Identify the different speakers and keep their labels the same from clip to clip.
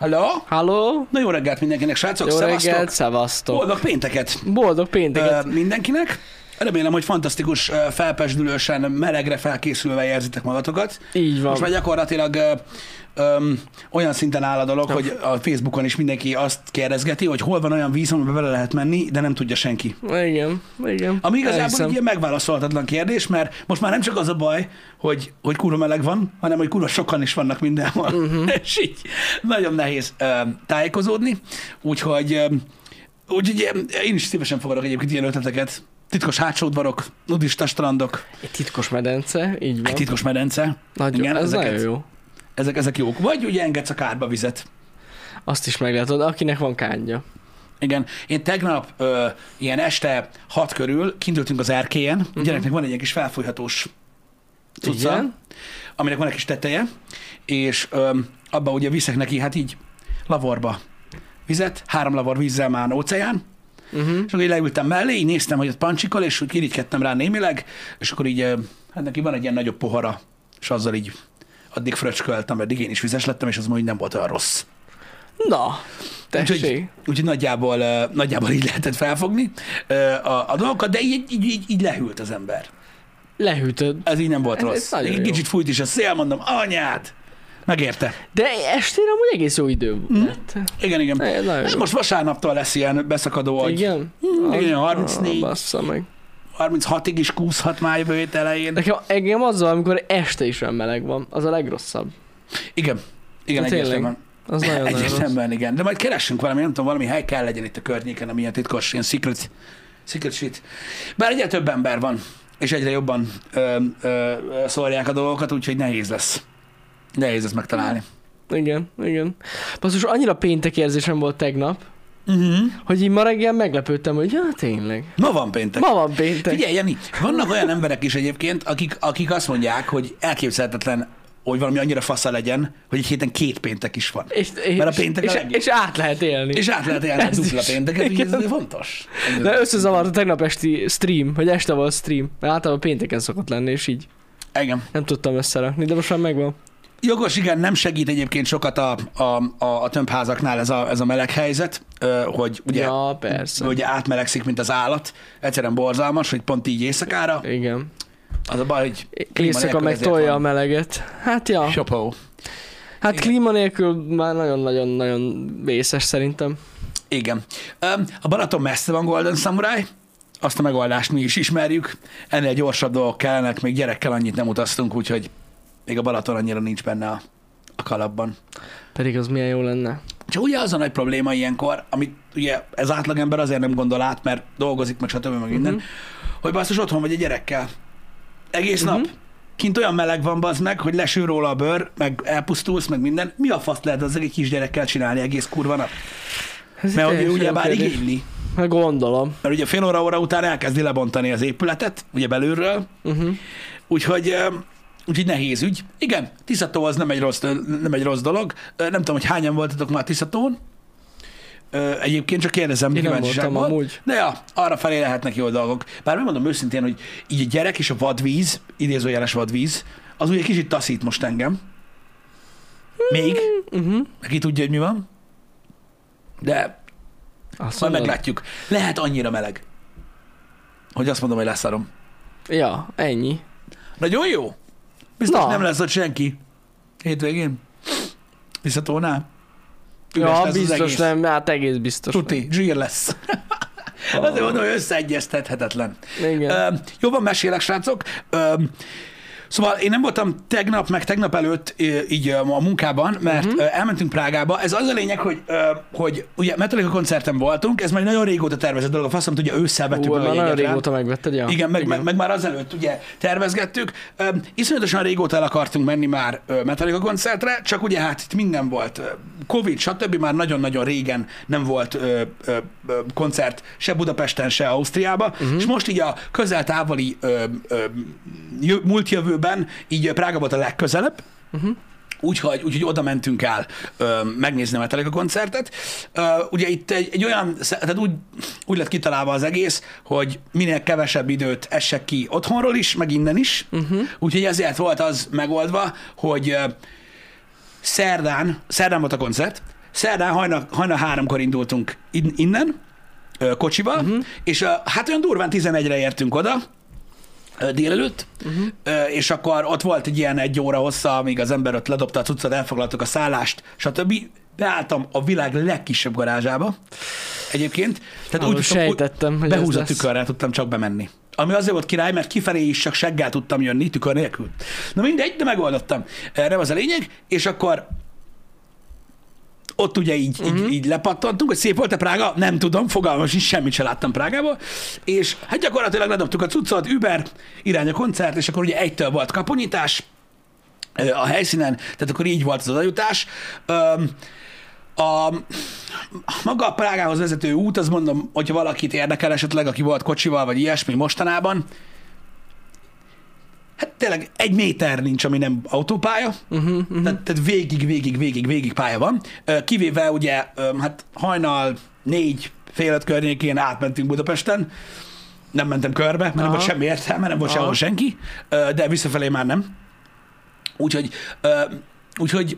Speaker 1: Hello?
Speaker 2: Halló?
Speaker 1: Na jó reggelt mindenkinek, srácok,
Speaker 2: Jó
Speaker 1: szevasztok!
Speaker 2: reggelt, szevasztok!
Speaker 1: Boldog pénteket
Speaker 2: Boldog pénteket!
Speaker 1: ö, mindenkinek! Remélem, hogy fantasztikus, ö, felpesdülősen, melegre felkészülve érzitek magatokat.
Speaker 2: Így van.
Speaker 1: Most már gyakorlatilag ö, ö, olyan szinten áll a dolog, hogy a Facebookon is mindenki azt kérdezgeti, hogy hol van olyan víz, amiben bele lehet menni, de nem tudja senki.
Speaker 2: Igen, igen.
Speaker 1: Ami igazából
Speaker 2: Elhiszem.
Speaker 1: egy ilyen megválaszolhatatlan kérdés, mert most már nem csak az a baj, hogy, hogy kurva meleg van, hanem hogy kurva sokan is vannak mindenhol. Uh-huh. És így nagyon nehéz ö, tájékozódni, úgyhogy, ö, úgyhogy ö, én is szívesen fogadok egyébként ilyen ötleteket. Titkos hátsódvarok, nudista strandok,
Speaker 2: Egy titkos medence, így van.
Speaker 1: egy titkos medence.
Speaker 2: Nagyon,
Speaker 1: igen,
Speaker 2: ez
Speaker 1: ezeket.
Speaker 2: nagyon jó.
Speaker 1: Ezek, ezek jók. Vagy ugye engedsz a kárba vizet.
Speaker 2: Azt is meglátod, akinek van kányja.
Speaker 1: Igen, én tegnap ö, ilyen este hat körül kindültünk az erkélyen, uh-huh. gyereknek van egy ilyen kis felfújhatós cucca,
Speaker 2: Igen.
Speaker 1: aminek van egy kis teteje, és öm, abba ugye viszek neki, hát így lavorba vizet, három lavor vízzel már an óceán,
Speaker 2: Uh-huh.
Speaker 1: és akkor így leültem mellé, így néztem, hogy ott pancsikol, és úgy irigykedtem rá némileg, és akkor így, ö, hát neki van egy ilyen nagyobb pohara, és azzal így addig fröcsköltem, eddig én is vizes lettem, és az mondjuk nem volt olyan rossz.
Speaker 2: Na,
Speaker 1: Úgyhogy,
Speaker 2: tessék.
Speaker 1: úgyhogy nagyjából, ö, nagyjából így lehetett felfogni ö, a, a dolgokat, de így, így, így, így lehűlt az ember.
Speaker 2: Lehűtöd.
Speaker 1: Ez így nem volt
Speaker 2: Ez- ez
Speaker 1: rossz.
Speaker 2: nagyon
Speaker 1: Egy
Speaker 2: jó.
Speaker 1: kicsit fújt is a szél, mondom, anyát! Megérte.
Speaker 2: De estére amúgy egész jó idő
Speaker 1: Mhm.
Speaker 2: volt.
Speaker 1: Igen, igen.
Speaker 2: Ne, nagyon
Speaker 1: Hát
Speaker 2: jó.
Speaker 1: most vasárnaptól lesz ilyen beszakadó agy.
Speaker 2: Igen?
Speaker 1: Hmm, igen,
Speaker 2: Ah,
Speaker 1: 34.
Speaker 2: Bassza meg.
Speaker 1: 36-ig is kúszhat már jövő hét elején.
Speaker 2: Nekem engem azzal, amikor este is olyan meleg van, az a legrosszabb.
Speaker 1: Igen. Igen,
Speaker 2: Na, Hát tényleg.
Speaker 1: egyértelműen.
Speaker 2: Az nagyon, nagyon rossz.
Speaker 1: Egyértelműen, igen. De majd keressünk valami, nem tudom, valami hely kell legyen itt a környéken, ami ilyen titkos, ilyen secret, secret shit. Bár egyre több ember van, és egyre jobban ö, ö, ö, szórják a dolgokat, úgyhogy nehéz lesz. Nehéz lesz megtalálni.
Speaker 2: Igen, igen. Basszus, annyira péntek érzésem volt tegnap,
Speaker 1: Uh-huh.
Speaker 2: hogy így ma reggel meglepődtem, hogy ja, tényleg.
Speaker 1: Ma van péntek.
Speaker 2: Ma van péntek.
Speaker 1: Figyelj, Jani, vannak olyan emberek is egyébként, akik, akik azt mondják, hogy elképzelhetetlen, hogy valami annyira fasza legyen, hogy egy héten két péntek is van.
Speaker 2: És, és,
Speaker 1: Mert a péntek
Speaker 2: és,
Speaker 1: a legjobb.
Speaker 2: és át lehet élni.
Speaker 1: És át lehet élni a
Speaker 2: Ez is.
Speaker 1: dupla pénteket, ugye ez
Speaker 2: Igen.
Speaker 1: azért fontos.
Speaker 2: De összezavart a tegnap esti stream, hogy este volt stream. Mert általában pénteken szokott lenni, és így
Speaker 1: Igen.
Speaker 2: nem tudtam összerakni, de most már megvan.
Speaker 1: Jogos, igen, nem segít egyébként sokat a, a, a, a tömbházaknál ez a, ez a meleg helyzet, ö, hogy ugye,
Speaker 2: Ja, persze.
Speaker 1: hogy átmelegszik, mint az állat. Egyszerűen borzalmas, hogy pont így éjszakára.
Speaker 2: Igen.
Speaker 1: Az a baj, hogy klíma
Speaker 2: Éjszaka
Speaker 1: nélkül
Speaker 2: meg
Speaker 1: ezért
Speaker 2: tolja a
Speaker 1: van.
Speaker 2: meleget. Hát ja,
Speaker 1: Sopó.
Speaker 2: hát klíma nélkül már nagyon-nagyon-nagyon vészes szerintem.
Speaker 1: Igen. Öm, A Balaton messze van Golden Samurai, azt a megoldást mi is ismerjük. Ennél gyorsabb dolgok kellenek, még gyerekkel annyit nem utaztunk, úgyhogy még a Balaton annyira nincs benne a, a kalapban.
Speaker 2: Pedig az milyen jó lenne.
Speaker 1: Csak ugye az a nagy probléma ilyenkor, amit ugye ez átlagember azért nem gondol át, mert dolgozik, meg stb. meg minden,
Speaker 2: Mhm.
Speaker 1: uh-huh. hogy basszus otthon vagy egy gyerekkel. Egész
Speaker 2: Mhm.
Speaker 1: uh-huh. nap. Kint olyan meleg van, bazd meg, hogy lesül róla a bőr, meg elpusztulsz, meg minden. Mi a fasz lehet az egy kisgyerekkel csinálni egész kurva nap?
Speaker 2: Ez
Speaker 1: Mert hogy
Speaker 2: teljesen
Speaker 1: ő
Speaker 2: jó
Speaker 1: ugye bár
Speaker 2: kérdés.
Speaker 1: igényli.
Speaker 2: Hát gondolom.
Speaker 1: Mert ugye fél óra, óra után elkezdi lebontani az épületet, ugye belülről,
Speaker 2: Uh-huh.
Speaker 1: úgyhogy, ö, úgyhogy nehéz ügy. Igen, Tiszató az nem egy rossz, nem egy rossz dolog. Ö, Nem tudom, hogy hányan voltatok már Tiszatón. Ö, Egyébként csak kérdezem,
Speaker 2: Én nem
Speaker 1: kíváncsiságból.
Speaker 2: voltam amúgy.
Speaker 1: De ja, arra felé lehetnek jó dolgok. Bár megmondom őszintén, hogy így a gyerek és a vadvíz, idézőjeles vadvíz, az ugye kicsit taszít most engem. Még,
Speaker 2: Uh-huh.
Speaker 1: ki tudja, hogy mi van. De
Speaker 2: Azt
Speaker 1: majd
Speaker 2: mondod.
Speaker 1: meglátjuk. Lehet annyira meleg, hogy azt mondom, hogy leszarom.
Speaker 2: Ja, ennyi.
Speaker 1: Nagyon jó. Biztos
Speaker 2: Na.
Speaker 1: nem lesz ott senki. Hétvégén. Visszatónál.
Speaker 2: Ja, biztos nem, hát egész biztos.
Speaker 1: Tuti, zsír lesz.
Speaker 2: Ah.
Speaker 1: Azért mondom, hogy összeegyeztethetetlen.
Speaker 2: Igen.
Speaker 1: Ö, jó van, mesélek, srácok. Ö, Szóval én nem voltam tegnap, meg tegnap előtt ö, így ö, a munkában, mert
Speaker 2: Mhm.
Speaker 1: uh-huh. elmentünk Prágába. Ez az a lényeg, hogy, ö, hogy ugye Metallica koncerten voltunk, ez már nagyon régóta tervezett dolog, a faszom tudja, ősszel vettük
Speaker 2: Ú,
Speaker 1: meg a
Speaker 2: már nagyon
Speaker 1: jegyet rá.
Speaker 2: régóta megvetted, ja?
Speaker 1: Igen, meg, meg, meg már azelőtt ugye tervezgettük. Öm, Iszonyatosan régóta el akartunk menni már ö, Metallica koncertre, csak ugye hát itt minden volt. ö, Covid, stb. már nagyon-nagyon régen nem volt ö, ö, ö, koncert se Budapesten, se Ausztriába, uh-huh. és most így a közel-távoli ö, ö, jö- múlt jövőben így ö, Prága volt a legközelebb, Úgyhogy, úgyhogy oda mentünk el ö, megnézni a Metallica koncertet. Ö, ugye itt egy, egy olyan, sze- tehát úgy, úgy lett kitalálva az egész, hogy minél kevesebb időt essek ki otthonról is, meg innen is. Uh-huh. Úgyhogy ezért volt az megoldva, hogy ö, szerdán, szerdán volt a koncert, szerdán hajna, hajna háromkor indultunk in- innen, ö, kocsiba,
Speaker 2: Mhm.
Speaker 1: uh-huh. és ö, hát olyan durván 11-re értünk oda, ö, délelőtt,
Speaker 2: Mhm.
Speaker 1: uh-huh. ö, és akkor ott volt egy ilyen egy óra hossza, amíg az ember ott ledobta a cuccot, elfoglaltuk a szállást, stb. Beálltam a világ legkisebb garázsába egyébként. Tehát
Speaker 2: Arról
Speaker 1: úgy tudtam, úgy-
Speaker 2: sejtettem, hogy ez
Speaker 1: behúzott
Speaker 2: lesz.
Speaker 1: tükörrel tudtam csak bemenni. Ami azért volt király, mert kifelé is csak seggel tudtam jönni, tükör nélkül. Na mindegy, de megoldottam. Erre az a lényeg, és akkor ott ugye így, uh-huh. így, így lepattantunk, hogy szép volt a Prága, nem tudom, fogalmam sincs, semmit sem láttam Prágából, és hát gyakorlatilag ledobtuk a cuccot, Uber, irány a koncert, és akkor ugye egytől volt kaponyítás ö, a helyszínen, tehát akkor így volt az odajutás. Öm, a maga a Prágához vezető út, az mondom, hogyha valakit érdekel esetleg, aki volt kocsival, vagy ilyesmi mostanában, hát tényleg egy méter nincs, ami nem autópálya, uh-huh, uh-huh. Tehát, tehát végig, végig, végig, végig pálya van, Ö, kivéve ugye, öm, hát hajnal négy, fél öt környékén átmentünk Budapesten, nem mentem körbe, mert Aha. nem
Speaker 2: Aha.
Speaker 1: volt semmi értelme, nem volt
Speaker 2: Aha.
Speaker 1: sehol senki, Ö, de visszafelé már nem. Úgyhogy, ö, úgyhogy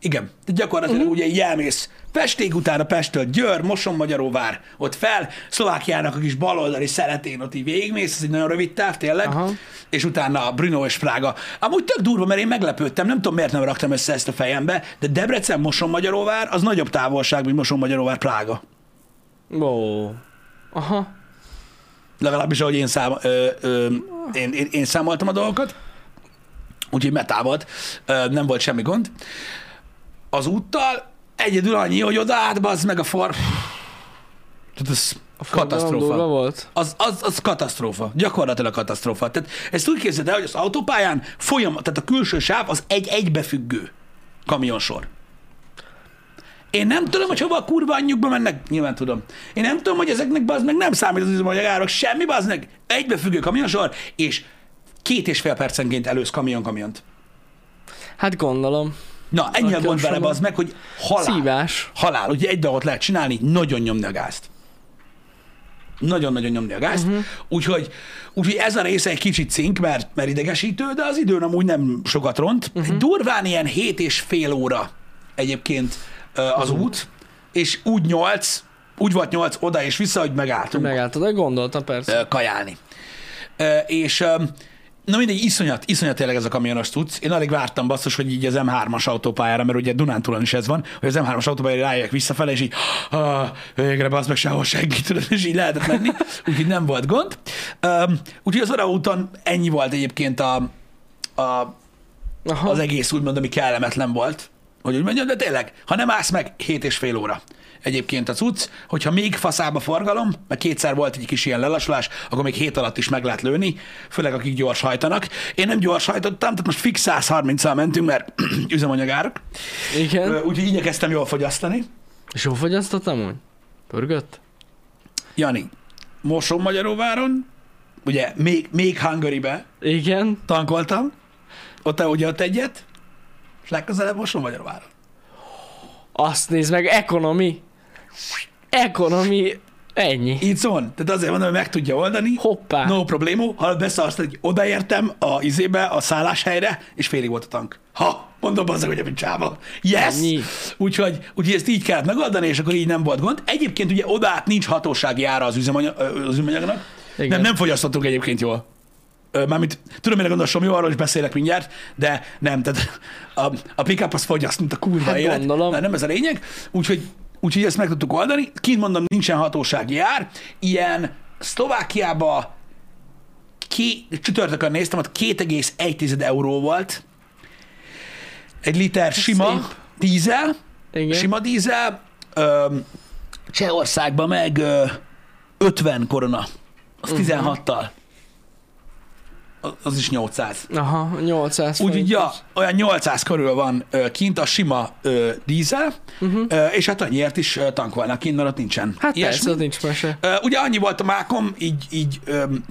Speaker 1: igen, tehát gyakorlatilag
Speaker 2: Mhm.
Speaker 1: uh-huh. ugye így elmész Pestig, utána Pestől Győr, Moson-Magyaróvár, ott fel, Szlovákiának a kis baloldali szeletén ott így végigmész, ez egy nagyon rövid táv, tényleg,
Speaker 2: Aha.
Speaker 1: és utána Brno és Prága. Amúgy tök durva, mert én meglepődtem, nem tudom miért nem raktam össze ezt a fejembe, de Debrecen, Moson-Magyaróvár az nagyobb távolság, mint Moson-Magyaróvár, Prága.
Speaker 2: Ó. Aha.
Speaker 1: Legalábbis ahogy én, szám, ö, ö, én, én, én számoltam a dolgokat, úgyhogy metá volt, ö, nem volt semmi gond. Az úttal egyedül annyi, hogy oda át, bazd meg a for... Tehát ez
Speaker 2: A forgalom durva
Speaker 1: katasztrófa.
Speaker 2: volt?
Speaker 1: Az, az, az katasztrófa. Gyakorlatilag katasztrófa. Tehát ezt úgy képzeld el, hogy az autópályán folyamat, tehát a külső sáv az egy egybefüggő kamionsor. Én nem tudom, hogy hova a kurva anyjukba mennek. Nyilván tudom. Én nem tudom, hogy ezeknek bazd meg nem számít az üzemanyagárok, semmi bazd meg. Egybefüggő kamionsor, és két és fél percenként elősz kamion-kamiont.
Speaker 2: Hát gondolom.
Speaker 1: Na, ennyi a
Speaker 2: Aki
Speaker 1: gond vele
Speaker 2: lassan-
Speaker 1: bazd meg, hogy halál.
Speaker 2: Szívás.
Speaker 1: Halál. Ugye egy dolgot lehet csinálni, nagyon nyomni a gázt. Nagyon-nagyon nyomni a gázt. Uh-huh. Úgyhogy, úgyhogy ez a része egy kicsit cink, mert, mert idegesítő, de az időn amúgy nem sokat ront. Uh-huh. Durván ilyen 7 és fél óra egyébként ö, az uh-huh. út, és úgy 8, úgy volt 8 oda és vissza, hogy megálltunk
Speaker 2: Megálltad, de gondoltam persze.
Speaker 1: ö, kajálni. Ö, És ö, na mindegy, iszonyat, iszonyat tényleg ez a kamionos tudsz. Én alig vártam basszus, hogy így az M3-as autópályára, mert ugye Dunántúlon is ez van, hogy az M3-as autópályára rájöjjek visszafele, és így ah, végre bassz meg sehol senki, tudod, és így lehetett menni, úgyhogy nem volt gond. Ö, Úgyhogy az úton ennyi volt egyébként a, a,
Speaker 2: Aha.
Speaker 1: az egész úgymond, ami kellemetlen volt, hogy úgy mondjam, de tényleg, ha nem állsz meg, hét és fél óra. Egyébként a cucc, hogyha még faszába forgalom, mert kétszer volt egy kis ilyen lelassulás, akkor még hét alatt is meg lehet lőni, főleg akik gyors hajtanak. Én nem gyors hajtottam, tehát most fix 130-al mentünk, mert üzemanyagárak,
Speaker 2: Igen.
Speaker 1: Ö, úgyhogy igyekeztem jól fogyasztani.
Speaker 2: És jól fogyasztott amúgy? Pörgött?
Speaker 1: Jani, Moson Magyaróváron, ugye még, még Hungarybe
Speaker 2: Igen.
Speaker 1: tankoltam, ott ugye ott egyet, és legközelebb Moson Magyaróváron.
Speaker 2: Azt nézd meg, ekonomi. Ekonomi. Ennyi.
Speaker 1: It's on. Tehát azért mondom, hogy meg tudja oldani.
Speaker 2: Hoppá.
Speaker 1: No problémo. Ha beszarsz, hogy odaértem a izébe, a szálláshelyre, és félig volt a tank. Ha, mondom azzal, hogy a picsába. Yes!
Speaker 2: Ennyi.
Speaker 1: Úgyhogy, úgyhogy ezt így kellett megoldani, és akkor így nem volt gond. Egyébként ugye oda át nincs hatósági ára az, üzemanyag, ö, az üzemanyagnak.
Speaker 2: Igen.
Speaker 1: Nem, nem fogyasztottunk egyébként jól. Ö, Mármint tudom, mire gondolom, jó, arról is beszélek mindjárt, de nem, tehát a, a pick-up az fogyaszt, mint a kurva
Speaker 2: Hát
Speaker 1: élet.
Speaker 2: gondolom.
Speaker 1: Na, nem ez a lényeg, úgyhogy, úgyhogy ezt meg tudtuk oldani. Kint mondom, nincsen hatósági ár. Ilyen Szlovákiába ki, csütörtökön néztem, ott 2,1 euró volt. Egy liter sima
Speaker 2: szép.
Speaker 1: dízel,
Speaker 2: Igen.
Speaker 1: sima dízel, öm, Csehországban meg ö, 50 korona, az
Speaker 2: Mhm.
Speaker 1: 16-tal. Az- Az is 800.
Speaker 2: Aha, 800
Speaker 1: Úgyhogy ja,
Speaker 2: forintos.
Speaker 1: olyan 800 körül van ö, kint a sima ö, dízel, uh-huh. ö, és hát annyiért is ö, tankolnak kint, mert ott nincsen.
Speaker 2: Mhm. Hát
Speaker 1: ilyesmi.
Speaker 2: persze, ott nincs mese.
Speaker 1: Ö, Ugye annyi volt a mákom, így, így öm,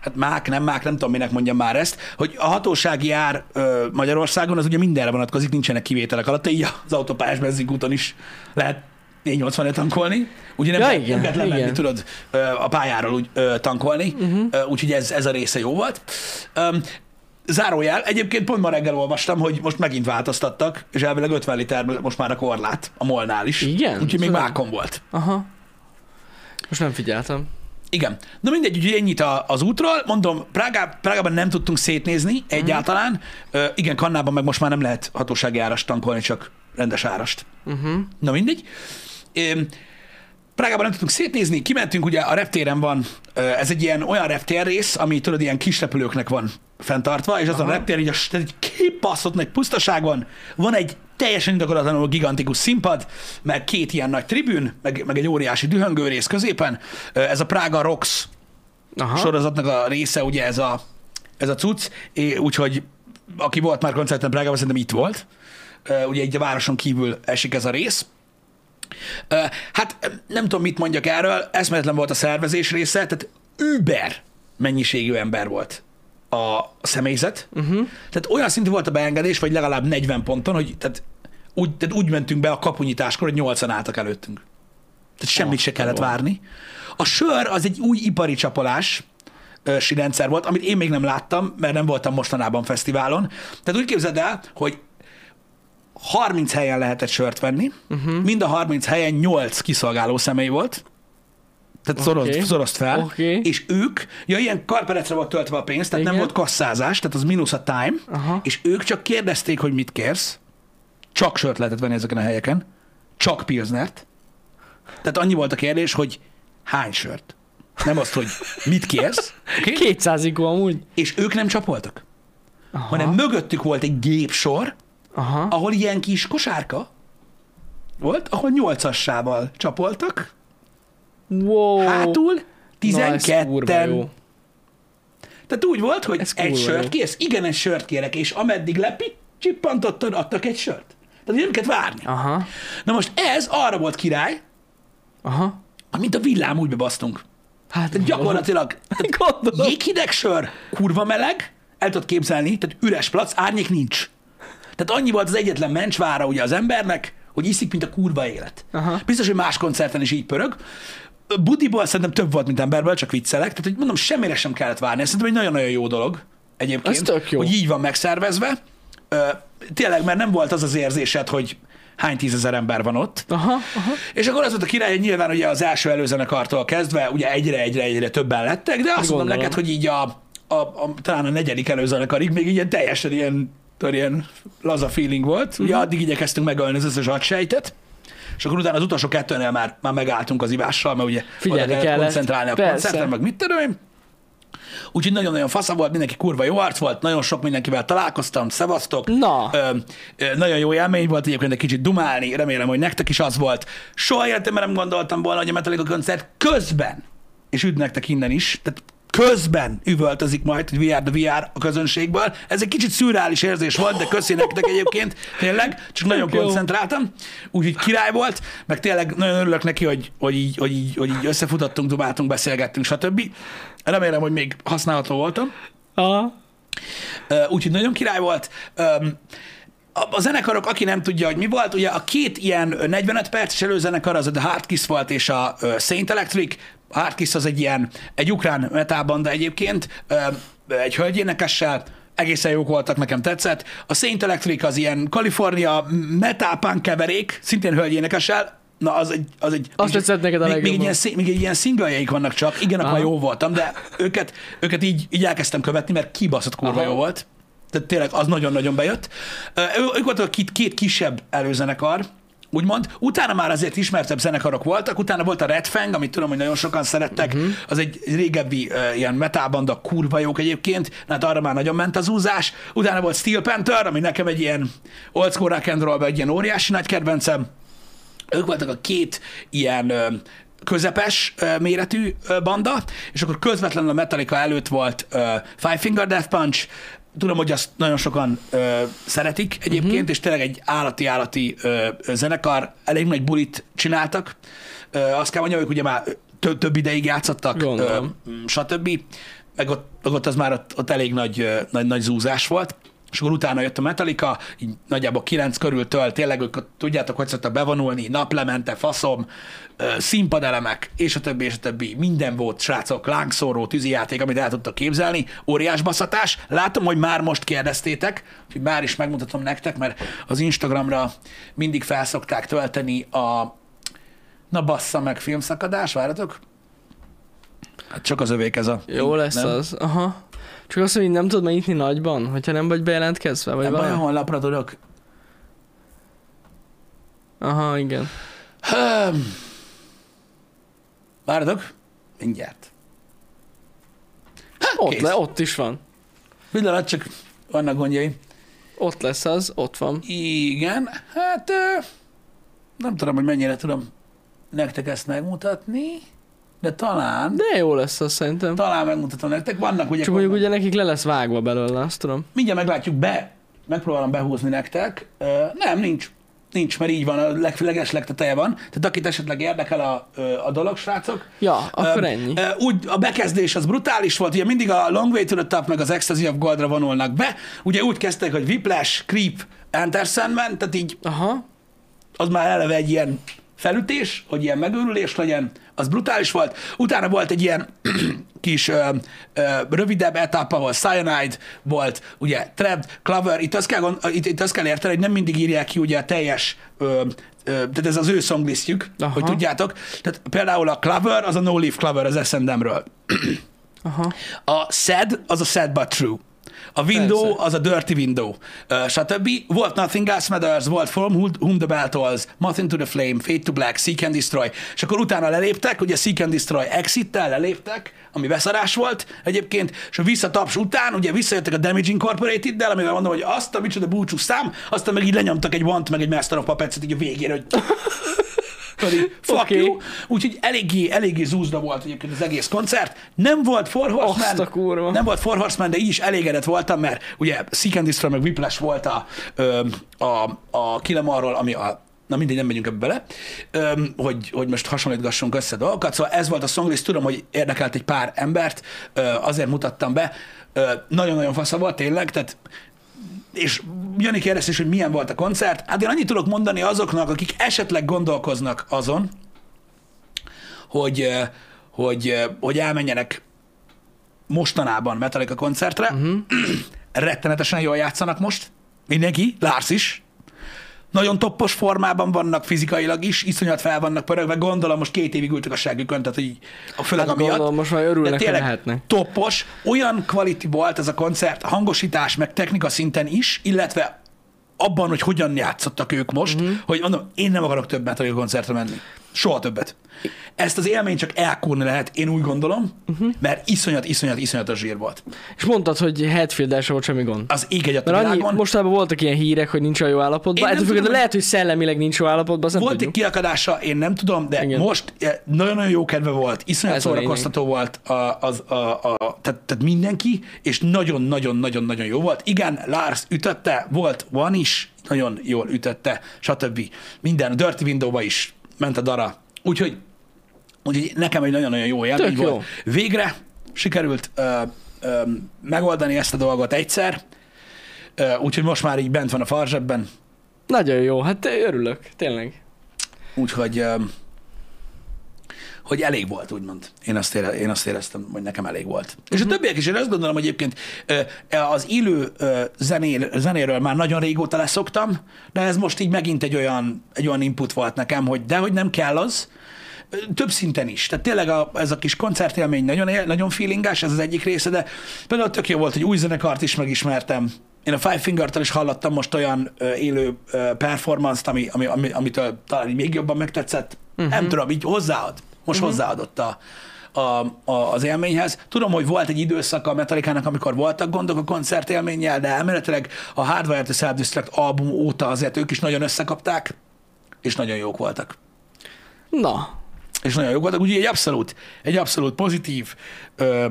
Speaker 1: hát mák, nem mák, nem tudom, minek mondjam már ezt, hogy a hatósági ár ö, Magyarországon az ugye mindenre vonatkozik, nincsenek kivételek alatt, így az autópályás benzinkúton is lehet 485 tankolni, ugye nem,
Speaker 2: Ja,
Speaker 1: kell-
Speaker 2: igen,
Speaker 1: nem kellett lemenni,
Speaker 2: igen. Mhm.
Speaker 1: tudod, ö, a pályáról úgy ö, tankolni, uh-huh. úgyhogy ez, ez a része jó volt. Öm, Zárójel, egyébként pont ma reggel olvastam, hogy most megint változtattak, és elvileg 50 liter most már a korlát, a molnál is.
Speaker 2: Igen? Szóval-
Speaker 1: Úgyhogy még
Speaker 2: Tudom.
Speaker 1: mákon volt.
Speaker 2: Aha. Most nem figyeltem.
Speaker 1: Igen. Na mindegy, ugye ennyit a- az útról. Mondom, Prágá, Prágában nem tudtunk szétnézni egyáltalán. Ö, igen, Kannában meg most már nem lehet hatósági árast tankolni, csak rendes árast.
Speaker 2: Uh-huh.
Speaker 1: Na mindegy. Öm, Prágában nem tudtunk szétnézni, kimentünk, ugye a reptéren van, ö, ez egy ilyen olyan reptérrész, ami tudod, ilyen kis repülőknek van fenntartva, és azon a
Speaker 2: Aha.
Speaker 1: reptér így a, tehát egy kibaszott nagy pusztaság van, van egy teljesen indokolatlanul gigantikus színpad, meg két ilyen nagy tribűn, meg, meg egy óriási dühöngőrész középen. Ö, Ez a Prága Rocks
Speaker 2: Aha. Sor-
Speaker 1: sorozatnak a része, ugye ez a, ez a cucc, é- úgyhogy aki volt már koncerten Prágában, szerintem itt volt. Ö, Ugye egy a városon kívül esik ez a rész. Ö, Hát ö, nem tudom, mit mondjak erről, eszméletlen volt a szervezés része, tehát über mennyiségű ember volt a személyzet. Uh-huh. Tehát olyan szintű volt a beengedés, vagy legalább 40 ponton, hogy tehát úgy, tehát úgy mentünk be a kapunyításkor, hogy 80 álltak előttünk. Tehát semmit se kellett
Speaker 2: van.
Speaker 1: várni. A sör az egy új ipari csapolás, ö, si rendszer volt, amit én még nem láttam, mert nem voltam mostanában fesztiválon. Tehát úgy képzeld el, hogy 30 helyen lehetett sört venni,
Speaker 2: Mhm.
Speaker 1: uh-huh. mind a 30 helyen 8 kiszolgáló személy volt, tehát okay.
Speaker 2: Oké.
Speaker 1: szorozd, szorozd fel,
Speaker 2: Oké.
Speaker 1: és ők, ja ilyen karperecre volt töltve a pénz, tehát Igen. nem
Speaker 2: Igen.
Speaker 1: volt kasszázás, tehát az mínusz a time,
Speaker 2: Aha.
Speaker 1: és ők csak kérdezték, hogy mit kérsz, csak sört lehetett venni ezeken a helyeken, csak pilznert, tehát annyi volt a kérdés, hogy hány sört, nem azt, hogy mit kérsz, okay?
Speaker 2: 200 igó amúgy.
Speaker 1: és ők nem csapoltak,
Speaker 2: Aha.
Speaker 1: hanem mögöttük volt egy gépsor,
Speaker 2: Aha.
Speaker 1: ahol ilyen kis kosárka volt, ahol nyolcassával csapoltak,
Speaker 2: Wow.
Speaker 1: hátul
Speaker 2: Na, ez kurva
Speaker 1: 12-en.
Speaker 2: jó.
Speaker 1: Tehát úgy volt, hogy
Speaker 2: Ez
Speaker 1: egy
Speaker 2: kurva
Speaker 1: sört
Speaker 2: jó.
Speaker 1: kész, igen, egy sört kérek, és ameddig lepicsippantottad, adtak egy sört. Tehát nem kellett várni.
Speaker 2: Aha.
Speaker 1: Na most ez arra volt király,
Speaker 2: Aha.
Speaker 1: amint a villám úgy bebasztunk.
Speaker 2: Hát
Speaker 1: Tehát gyakorlatilag
Speaker 2: Gondolom.
Speaker 1: jéghideg sör, kurva meleg, el tudod képzelni, tehát üres plac, árnyék nincs. Tehát annyi volt az egyetlen mencsvára ugye az embernek, hogy iszik, mint a kurva élet.
Speaker 2: Aha.
Speaker 1: Biztos, hogy más koncerten is így pörög. Budiból szerintem több volt, mint emberből, csak viccelek. Tehát, hogy mondom, semmire sem kellett várni. Ez Szerintem egy nagyon-nagyon jó dolog egyébként,
Speaker 2: Ez tök jó.
Speaker 1: hogy így van megszervezve. Ö, tényleg, mert nem volt az az érzésed, hogy hány tízezer ember van ott.
Speaker 2: Aha, aha.
Speaker 1: És akkor az volt a király, hogy nyilván ugye az első előzenekartól kezdve ugye egyre-egyre-egyre többen lettek, de azt mondom
Speaker 2: Gondolom.
Speaker 1: neked, hogy így a, a, a, talán a negyedik előzenekarig még ilyen teljesen ilyen, tudod, ilyen laza feeling volt. Ugye
Speaker 2: Mhm.
Speaker 1: addig igyekeztünk megölni az összes agysejtet, és akkor utána az utolsó kettőnél már, már megálltunk az ivással, mert ugye
Speaker 2: Figyelni
Speaker 1: oda kellett
Speaker 2: kellett.
Speaker 1: koncentrálni a
Speaker 2: Persze.
Speaker 1: koncerten, meg mit tudom én. Úgyhogy nagyon-nagyon fasza volt, mindenki kurva jó arc volt, nagyon sok mindenkivel találkoztam, szevasztok.
Speaker 2: Na.
Speaker 1: Ö, ö, nagyon jó élmény volt egyébként egy kicsit dumálni, remélem, hogy nektek is az volt. Soha életemben nem gondoltam volna, hogy a Metallica koncert közben, és üdv nektek innen is, tehát közben üvöltözik majd, hogy VR the VR a közönségből. Ez egy kicsit szürreális érzés volt, de köszi nektek egyébként, tényleg, csak nagyon
Speaker 2: Tök jó.
Speaker 1: koncentráltam, úgyhogy király volt, meg tényleg nagyon örülök neki, hogy, hogy, így, hogy, így, hogy így összefutottunk, dumáltunk, beszélgettünk, stb. Remélem, hogy még használható voltam.
Speaker 2: Aha.
Speaker 1: Ö, úgyhogy nagyon király volt. Öm, a, a zenekarok, aki nem tudja, hogy mi volt, ugye a két ilyen ö, 45 perces előzenekar, az a The Hard Kiss volt és a ö, Saint Electric. A Hard Kiss az egy ilyen, egy ukrán metábanda egyébként, öm, egy hölgyénekessel, egészen jók voltak, nekem tetszett. A Saint Electric az ilyen Kalifornia metápán keverék, szintén hölgyénekessel, Na, az egy... Az egy
Speaker 2: Azt tetszett neked a
Speaker 1: még, még, egy
Speaker 2: legjobban.
Speaker 1: ilyen, szí- még egy ilyen szinglejeik vannak csak. Igen, akkor
Speaker 2: Aha.
Speaker 1: jó voltam, de őket, őket így, így elkezdtem követni, mert kibaszott kurva
Speaker 2: Aha.
Speaker 1: jó volt. Tehát tényleg az nagyon-nagyon bejött. Ö, Ő, ők voltak a két, két kisebb előzenekar, úgymond. Utána már azért ismertebb zenekarok voltak, utána volt a Red Fang, amit tudom, hogy nagyon sokan szerettek,
Speaker 2: Mhm.
Speaker 1: uh-huh. az egy régebbi uh, ilyen metábanda, kurva jók egyébként, Na, hát arra már nagyon ment az úzás. Utána volt Steel Panther, ami nekem egy ilyen old school rock and roll, egy ilyen óriási nagy kedvencem ők voltak a két ilyen ö, közepes ö, méretű ö, banda, és akkor közvetlenül a Metallica előtt volt ö, Five Finger Death Punch, tudom, hogy azt nagyon sokan ö, szeretik egyébként, uh-huh. és tényleg egy állati-állati ö, ö, zenekar, elég nagy bulit csináltak. Ö, azt kell mondjam, hogy ugye már tö- több ideig játszottak, ö,
Speaker 2: Gondolom.
Speaker 1: stb. Meg ott, meg ott az már ott, ott elég nagy, ö, nagy, nagy zúzás volt. és akkor utána jött a Metallica, így nagyjából 9 körültől, tényleg ők ott tudjátok, hogy szoktak bevonulni, naplemente, faszom, ö, színpadelemek, és a többi, és a többi, minden volt, srácok, lángszóró, tűzijáték, amit el tudtak képzelni, óriás baszatás. Látom, hogy már most kérdeztétek, hogy már is megmutatom nektek, mert az Instagramra mindig felszokták tölteni a na bassza meg filmszakadás, váratok? Hát csak az övék ez a...
Speaker 2: Jó lesz
Speaker 1: nem?
Speaker 2: az. Aha. Csak azt, hogy nem tudod megnyitni nagyban, hogyha nem vagy bejelentkezve, vagy
Speaker 1: Nem baj, a
Speaker 2: valami.
Speaker 1: honlapra tudok.
Speaker 2: Aha, igen.
Speaker 1: Hmm. Várjatok? Mindjárt.
Speaker 2: Ott,
Speaker 1: Hát kész.
Speaker 2: le, ott is van.
Speaker 1: Pillanat, csak vannak gondjai.
Speaker 2: Ott lesz az, ott van.
Speaker 1: Igen, hát ö, nem tudom, hogy mennyire tudom nektek ezt megmutatni, de talán,
Speaker 2: De jó lesz az szerintem.
Speaker 1: talán megmutatom nektek. Vannak ugye,
Speaker 2: Csak mondjuk ugye nekik le lesz vágva belőle, azt tudom.
Speaker 1: mindjárt meglátjuk be, megpróbálom behúzni nektek. Ö, nem, nincs. Nincs, mert így van, a leg, leges legteteje van. Tehát akit esetleg érdekel a, ö, a dolog, srácok,
Speaker 2: Ja, akkor
Speaker 1: Öm,
Speaker 2: ennyi.
Speaker 1: ö, Úgy a bekezdés az brutális volt, ugye mindig a Long Way to the Top meg az Ecstasy of Goldra vonulnak be, ugye úgy kezdtek, hogy Whiplash, Creep, Enter Sandman, tehát így
Speaker 2: Aha.
Speaker 1: az már eleve egy ilyen felütés, hogy ilyen megőrülés legyen, az brutális volt. Utána volt egy ilyen kis ö, ö, rövidebb etap, ahol Cyanide volt, ugye Trap, Clover, itt azt kell, gond- itt, itt azt kell érteni, hogy nem mindig írják ki ugye a teljes, ö, ö, tehát ez az ő songlistjük,
Speaker 2: Aha.
Speaker 1: hogy tudjátok. Tehát például a Clover, az a No Leaf Clover az S&M-ről.
Speaker 2: Aha.
Speaker 1: A sad az a sad but true. A window
Speaker 2: Persze.
Speaker 1: az a dirty window, ö, stb. Volt Nothing Else Matters, volt From Who- Whom the Bell Tolls, Nothing to the Flame, Fade to Black, Seek and Destroy, és akkor utána leléptek, ugye Seek and Destroy exit-tel leléptek, ami beszarás volt egyébként, és a visszataps után ugye visszajöttek a Damage Incorporated-del, amivel mondom, hogy azt a micsoda búcsú szám, aztán meg így lenyomtak egy Want, meg egy Master of Puppets-et így a végére, hogy Pedig fuck
Speaker 2: Oké.
Speaker 1: you. Úgyhogy eléggé, eléggé zúzda volt egyébként az egész koncert. Nem volt Four
Speaker 2: Azt a
Speaker 1: Horseman,
Speaker 2: kurva.
Speaker 1: nem volt Four Horseman, de így is elégedett voltam, mert ugye Seek and Destroy meg Whiplash volt a, ö, a, a kilem arról, ami a Na mindegy, nem megyünk ebbe bele, öm, hogy, hogy most hasonlítgassunk össze dolgokat. Szóval ez volt a songlist, tudom, hogy érdekelt egy pár embert, ö, azért mutattam be. Ö, Nagyon-nagyon fasza volt tényleg, tehát és Jani kérdezte is, hogy milyen volt a koncert. Hát én annyit tudok mondani azoknak, akik esetleg gondolkoznak azon, hogy, eh, hogy, eh, hogy elmenjenek mostanában Metallica koncertre. Uh-huh. Rettenetesen jól játszanak most. Mindenki, Lars is. Nagyon toppos formában vannak fizikailag is, iszonyat fel vannak pörögve. Gondolom most két évig ültek a segükön, tehát így a főleg
Speaker 2: Hát
Speaker 1: amiatt.
Speaker 2: gondolom, most már örülnek,
Speaker 1: De
Speaker 2: hogy
Speaker 1: tényleg
Speaker 2: lehetnek.
Speaker 1: toppos, olyan quality volt ez a koncert, hangosítás, meg technika szinten is, illetve abban, hogy hogyan játszottak ők most,
Speaker 2: Mhm.
Speaker 1: uh-huh. hogy mondom, én nem akarok több Metallica koncertre menni. Soha többet. Ezt az élményt csak elkúrni lehet, én úgy gondolom,
Speaker 2: Mhm.
Speaker 1: uh-huh. mert iszonyat, iszonyat, iszonyat a zsír volt.
Speaker 2: És mondtad, hogy Hetfield sem volt semmi gond.
Speaker 1: Az ég egyet a
Speaker 2: Mert annyi,
Speaker 1: világon.
Speaker 2: mostában voltak ilyen hírek, hogy nincs olyan jó állapotban.
Speaker 1: Én nem
Speaker 2: Ettől
Speaker 1: tudom,
Speaker 2: függetlenül
Speaker 1: hogy-
Speaker 2: lehet, hogy szellemileg nincs jó állapotban, azt nem
Speaker 1: Volt egy
Speaker 2: tudjuk.
Speaker 1: kiakadása, én nem tudom, de Igen.
Speaker 2: Igen.
Speaker 1: most eh, nagyon-nagyon jó kedve volt, iszonyat
Speaker 2: Ez a
Speaker 1: szórakoztató volt a, az, a, a, tehát, tehát mindenki, és nagyon-nagyon-nagyon-nagyon jó volt. Igen, Lars ütötte, volt Van is, nagyon jól ütötte, stb. Minden, a Dirty Window-ba is ment a dara. Úgyhogy, úgyhogy nekem egy nagyon-nagyon jó élmény
Speaker 2: Tök jó.
Speaker 1: volt. Végre sikerült ö, ö, megoldani ezt a dolgot egyszer, Ö, úgyhogy most már így bent van a farzsebben,
Speaker 2: Nagyon jó, hát örülök, tényleg.
Speaker 1: Úgyhogy öm, hogy elég volt, úgymond. Én azt, ére, én azt éreztem, hogy nekem elég volt. És a többiek is, én azt gondolom, hogy egyébként ö, e az élő ö, zenél, zenéről már nagyon régóta leszoktam, de ez most így megint egy olyan, egy olyan input volt nekem, hogy de hogy nem kell az, Ö, több szinten is. Tehát tényleg a, ez a kis koncertélmény nagyon, él- nagyon feelinges, ez az egyik része, de például tök jó volt, hogy új zenekart is megismertem. Én a Five Finger-től is hallottam most olyan ö, élő ö, performance-t, ami, ami, ami, amitől talán így még jobban megtetszett. Uh-huh. Nem tudom, így hozzáad. Most uh-huh. hozzáadott a, a, a, az élményhez. Tudom, hogy volt egy időszaka a Metallica-nak, amikor voltak gondok a koncertélménnyel, de elméletileg a Hardwired to Self-Destruct album óta azért ők is nagyon összekapták, és nagyon jók voltak
Speaker 2: Na,
Speaker 1: és nagyon jók voltak, úgyhogy egy abszolút, egy abszolút pozitív, ö,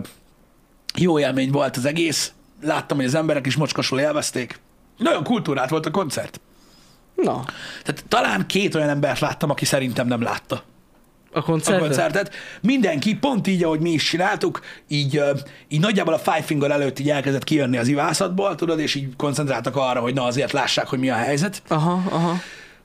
Speaker 1: jó élmény volt az egész. Láttam, hogy az emberek is mocskosul élvezték. Nagyon kultúrát volt a koncert.
Speaker 2: na,
Speaker 1: Tehát talán két olyan embert láttam, aki szerintem nem látta.
Speaker 2: A
Speaker 1: a
Speaker 2: koncertet?
Speaker 1: koncertet. Mindenki, pont így, ahogy mi is csináltuk, így, ö, így nagyjából a Five Finger előtt így elkezdett kijönni az ivászatból, tudod, és így koncentráltak arra, hogy na azért lássák, hogy mi a helyzet.
Speaker 2: Aha, aha.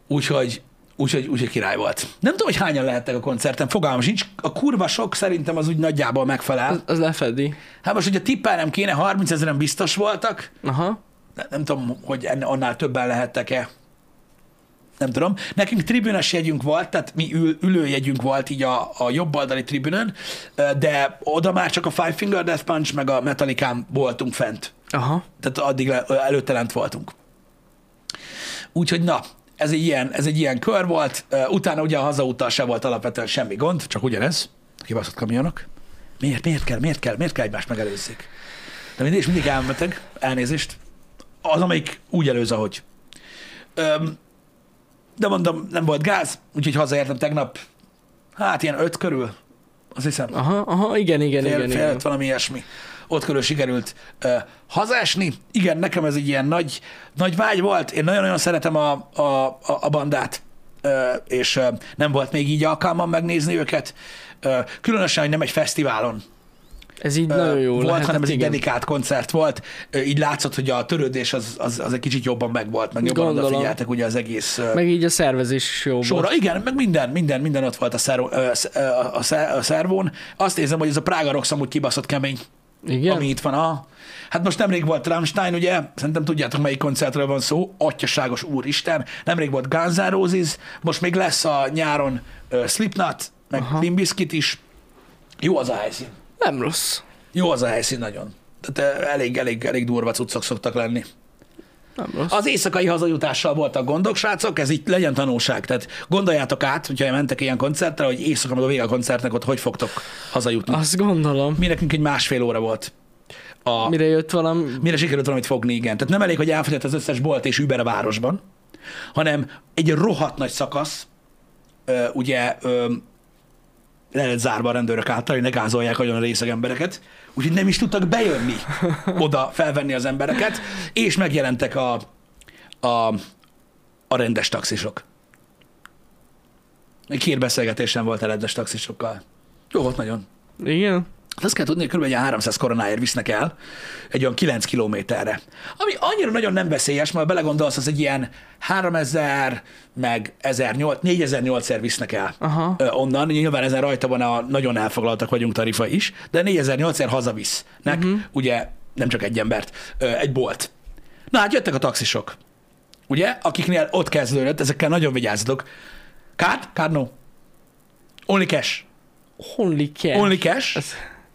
Speaker 1: Úgyhogy Úgyhogy, úgyhogy király volt. Nem tudom, hogy hányan lehettek a koncerten, fogalmam sincs. A kurva sok szerintem az úgy nagyjából megfelel.
Speaker 2: Az, az lefedi.
Speaker 1: Hát most, hogyha tippelnem kéne, 30 ezeren biztos voltak.
Speaker 2: Aha.
Speaker 1: Ne- Nem tudom, hogy en- annál többen lehettek-e. Nem tudom. Nekünk tribünes jegyünk volt, tehát mi ül, ülőjegyünk volt így a, a jobb oldali tribünön, ö, de oda már csak a Five Finger Death Punch meg a Metallicán voltunk fent.
Speaker 2: Aha.
Speaker 1: Tehát addig le, ö, előtte lent voltunk. Úgyhogy na, ez egy ilyen, ez egy ilyen kör volt, Ö, utána ugye a hazaúttal se volt alapvetően semmi gond, csak ugyanez, a kibaszott kamionok. Miért, miért kell, miért kell, miért kell egymást megelőzzék? De mindig, és mindig elmeteg, elnézést. Az, amelyik úgy előz, ahogy. Öm, de mondom, nem volt gáz, úgyhogy hazaértem tegnap, hát ilyen öt körül, azt hiszem
Speaker 2: Aha, aha, igen, igen,
Speaker 1: fél,
Speaker 2: igen,
Speaker 1: fél
Speaker 2: igen.
Speaker 1: lett valami ilyesmi. Ott körül sikerült uh, hazásni. Igen, nekem ez egy ilyen nagy, nagy vágy volt. Én nagyon-nagyon szeretem a, a, a- a bandát, uh, és uh, nem volt még így alkalmam megnézni őket. Uh, különösen, hogy nem egy fesztiválon
Speaker 2: Ez így
Speaker 1: ö,
Speaker 2: nagyon jó
Speaker 1: volt,
Speaker 2: lehetett,
Speaker 1: hanem ez egy
Speaker 2: igen.
Speaker 1: dedikált koncert volt. Ö, Így látszott, hogy a törődés az, az, az egy kicsit jobban megvolt, meg jobban
Speaker 2: Gondolom.
Speaker 1: odafigyeltek ugye az egész ö,
Speaker 2: Meg így a szervezés is jó volt.
Speaker 1: sorra. Igen, meg minden, minden, minden ott volt a, szervo, ö, sz- ö, a, sze- a szervón. Azt nézem, hogy ez a Prága Rox amúgy kibaszott kemény.
Speaker 2: Igen?
Speaker 1: ami itt van. A... Hát most nemrég volt Rammstein, ugye? Szerintem tudjátok, melyik koncertről van szó. Atyaságos úristen. Nemrég volt Guns N' Roses, most még lesz a nyáron uh, Slipknot, meg
Speaker 2: Aha.
Speaker 1: Limp Bizkit is. Jó az a helyszín.
Speaker 2: Nem rossz.
Speaker 1: Jó az a helyszín nagyon. Tehát ö, elég, elég, elég durva cuccok szoktak lenni.
Speaker 2: Nem rossz.
Speaker 1: Az éjszakai hazajutással voltak gondok, srácok, ez itt legyen tanulság. Tehát gondoljátok át, hogyha mentek ilyen koncertre, hogy éjszaka meg a vége a koncertnek, ott hogy fogtok hazajutni.
Speaker 2: Azt gondolom.
Speaker 1: Mi nekünk egy másfél óra volt. A,
Speaker 2: Mire jött valami...
Speaker 1: mire sikerült valamit fogni, igen. Tehát nem elég, hogy elfogyott az összes bolt és Uber a városban, hanem egy rohadt nagy szakasz, ö, ugye ö, le lett zárva a rendőrök által, hogy ne gázolják agyon a részeg embereket, úgyhogy nem is tudtak bejönni oda felvenni az embereket, és megjelentek a, a, a rendes taxisok. Egy két beszélgetésem volt a rendes taxisokkal. Jó volt nagyon.
Speaker 2: Igen?
Speaker 1: Hát Azt kell tudni, hogy kb. egy ilyen 300 koronáért visznek el egy olyan 9 kilométerre. Ami annyira nagyon nem veszélyes, mert ha belegondolsz, az egy ilyen 3000, meg 1008, 4800-ért visznek el
Speaker 2: Aha.
Speaker 1: ö, onnan. Nyilván ezen rajta van a nagyon elfoglaltak vagyunk tarifa is, de 4800-ért hazavisznek, uh-huh. ugye nem csak egy embert, ö, egy bolt. Na hát jöttek a taxisok, ugye, akiknél ott kezdődött, ezekkel nagyon vigyázzatok. Card? Card no. Only cash.
Speaker 2: Only cash.
Speaker 1: Only cash.
Speaker 2: Ez...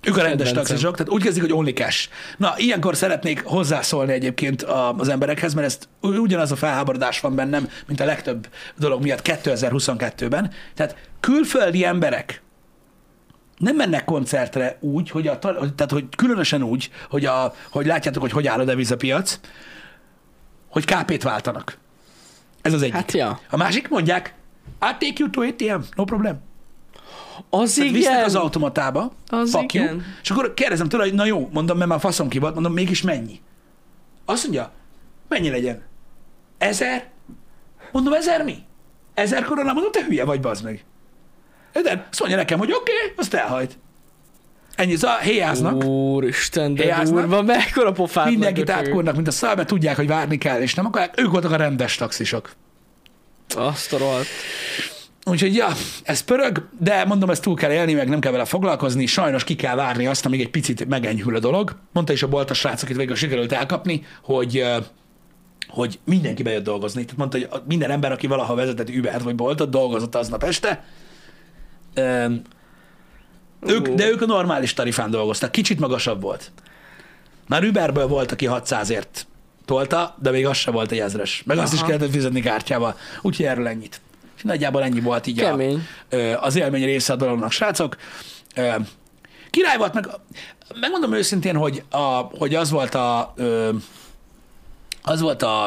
Speaker 1: Ők a rendes
Speaker 2: Kedvencem.
Speaker 1: taxisok, tehát úgy kezdik, hogy only cash. Na, ilyenkor szeretnék hozzászólni egyébként a- az emberekhez, mert ezt u- ugyanaz a felháborodás van bennem, mint a legtöbb dolog miatt 2022-ben. Tehát külföldi emberek nem mennek koncertre úgy, hogy a, ta- tehát hogy különösen úgy, hogy, a, hogy látjátok, hogy hogy áll a devizapiac, hogy KP-t váltanak. Ez az egyik.
Speaker 2: Hát ja.
Speaker 1: A másik mondják, I take you to ATM, no problem.
Speaker 2: Az
Speaker 1: Tehát visznek
Speaker 2: igen.
Speaker 1: az automatába,
Speaker 2: Az
Speaker 1: fuck you,
Speaker 2: igen.
Speaker 1: és akkor kérdezem tőle, hogy na jó, mondom, mert már faszom ki volt, mondom, mégis mennyi? Azt mondja, mennyi legyen? Ezer? Mondom, ezer mi? Ezer koronál, mondom, te hülye vagy, bazd meg. De azt mondja nekem, hogy oké, okay, azt elhajt. Ennyi, za, héjáznak,
Speaker 2: Úristen, de
Speaker 1: Éjáznak.
Speaker 2: durva, mekkora pofát
Speaker 1: mindenkit
Speaker 2: megötögő.
Speaker 1: átkúrnak, mint a szal, mert tudják, hogy várni kell, és nem akarják, ők voltak a rendes taxisok.
Speaker 2: Azt a rohadt.
Speaker 1: Úgyhogy ja, ez pörög, de mondom, ezt túl kell élni, meg nem kell vele foglalkozni, sajnos ki kell várni azt, amíg egy picit megenyhül a dolog. Mondta is a boltos srác, akit végül sikerült elkapni, hogy ö, hogy mindenki bejött dolgozni. Tehát mondta, hogy a- minden ember, aki valaha vezetett Ubert vagy boltot, dolgozott aznap este. Öm, Ők,
Speaker 2: Ó.
Speaker 1: de ők a normális tarifán dolgoztak, kicsit magasabb volt. Már Uberből volt, aki 600-ért tolta, de még az sem volt egy ezres. Meg azt is
Speaker 2: Aha.
Speaker 1: kellett fizetni kártyával. Úgyhogy erről ennyit. És nagyjából ennyi volt így a,
Speaker 2: Kemény.
Speaker 1: ö, az élmény része a dolognak, srácok. Ö, Király volt, meg megmondom őszintén, hogy, a, hogy az volt a ö, az volt a,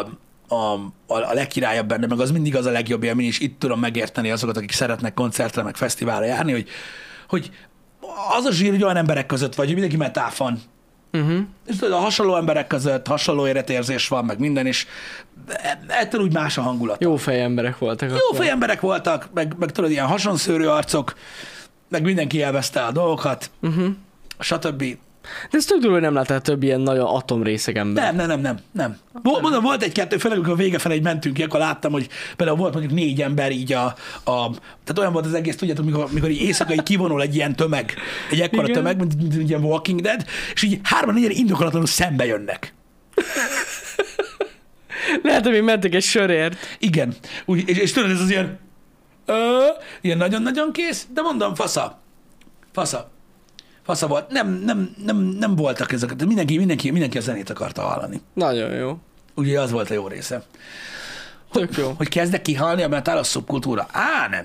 Speaker 1: a, a, a legkirályabb benne, meg az mindig az a legjobb élmény, és itt tudom megérteni azokat, akik szeretnek koncertre, meg fesztiválra járni, hogy, hogy az a zsír, hogy olyan emberek között vagy, hogy mindenki metáfan,
Speaker 2: Uh-huh.
Speaker 1: És tudod, a hasonló emberek között hasonló életérzés van, meg minden, és ettől úgy más a hangulat.
Speaker 2: Jó fej emberek voltak.
Speaker 1: Jó fej emberek voltak, meg, meg tudod, ilyen hasonszőrű arcok, meg mindenki elveszte a dolgokat,
Speaker 2: Uh-huh.
Speaker 1: stb.
Speaker 2: De ez tök durva, hogy nem láttál több ilyen nagyon atomrészeg ember.
Speaker 1: Nem, nem, nem, nem, nem. Vol- Mondom, volt egy-kettő, főleg amikor a vége felé így mentünk ki, akkor láttam, hogy például volt mondjuk négy ember így a, a tehát olyan volt az egész, tudjátok, mikor, mikor így éjszakai kivonul egy ilyen tömeg, egy ekkora
Speaker 2: Igen.
Speaker 1: tömeg, mint, mint, mint ilyen Walking Dead, és így hárman négyen indokolatlanul szembe jönnek.
Speaker 2: Lehet, hogy még mentek egy sörért.
Speaker 1: Igen. Úgy, és, és tudod, ez az ilyen, ö, ilyen nagyon-nagyon kész, de mondom, fasza. Fasza. Fasza volt. Nem, nem, nem, nem voltak ezek. de Mindenki, mindenki, mindenki a zenét akarta hallani.
Speaker 2: Nagyon jó.
Speaker 1: Ugye az volt a jó része.
Speaker 2: Tök jó.
Speaker 1: Hogy kezdek kihalni a metalos szubkultúra? Á, nem.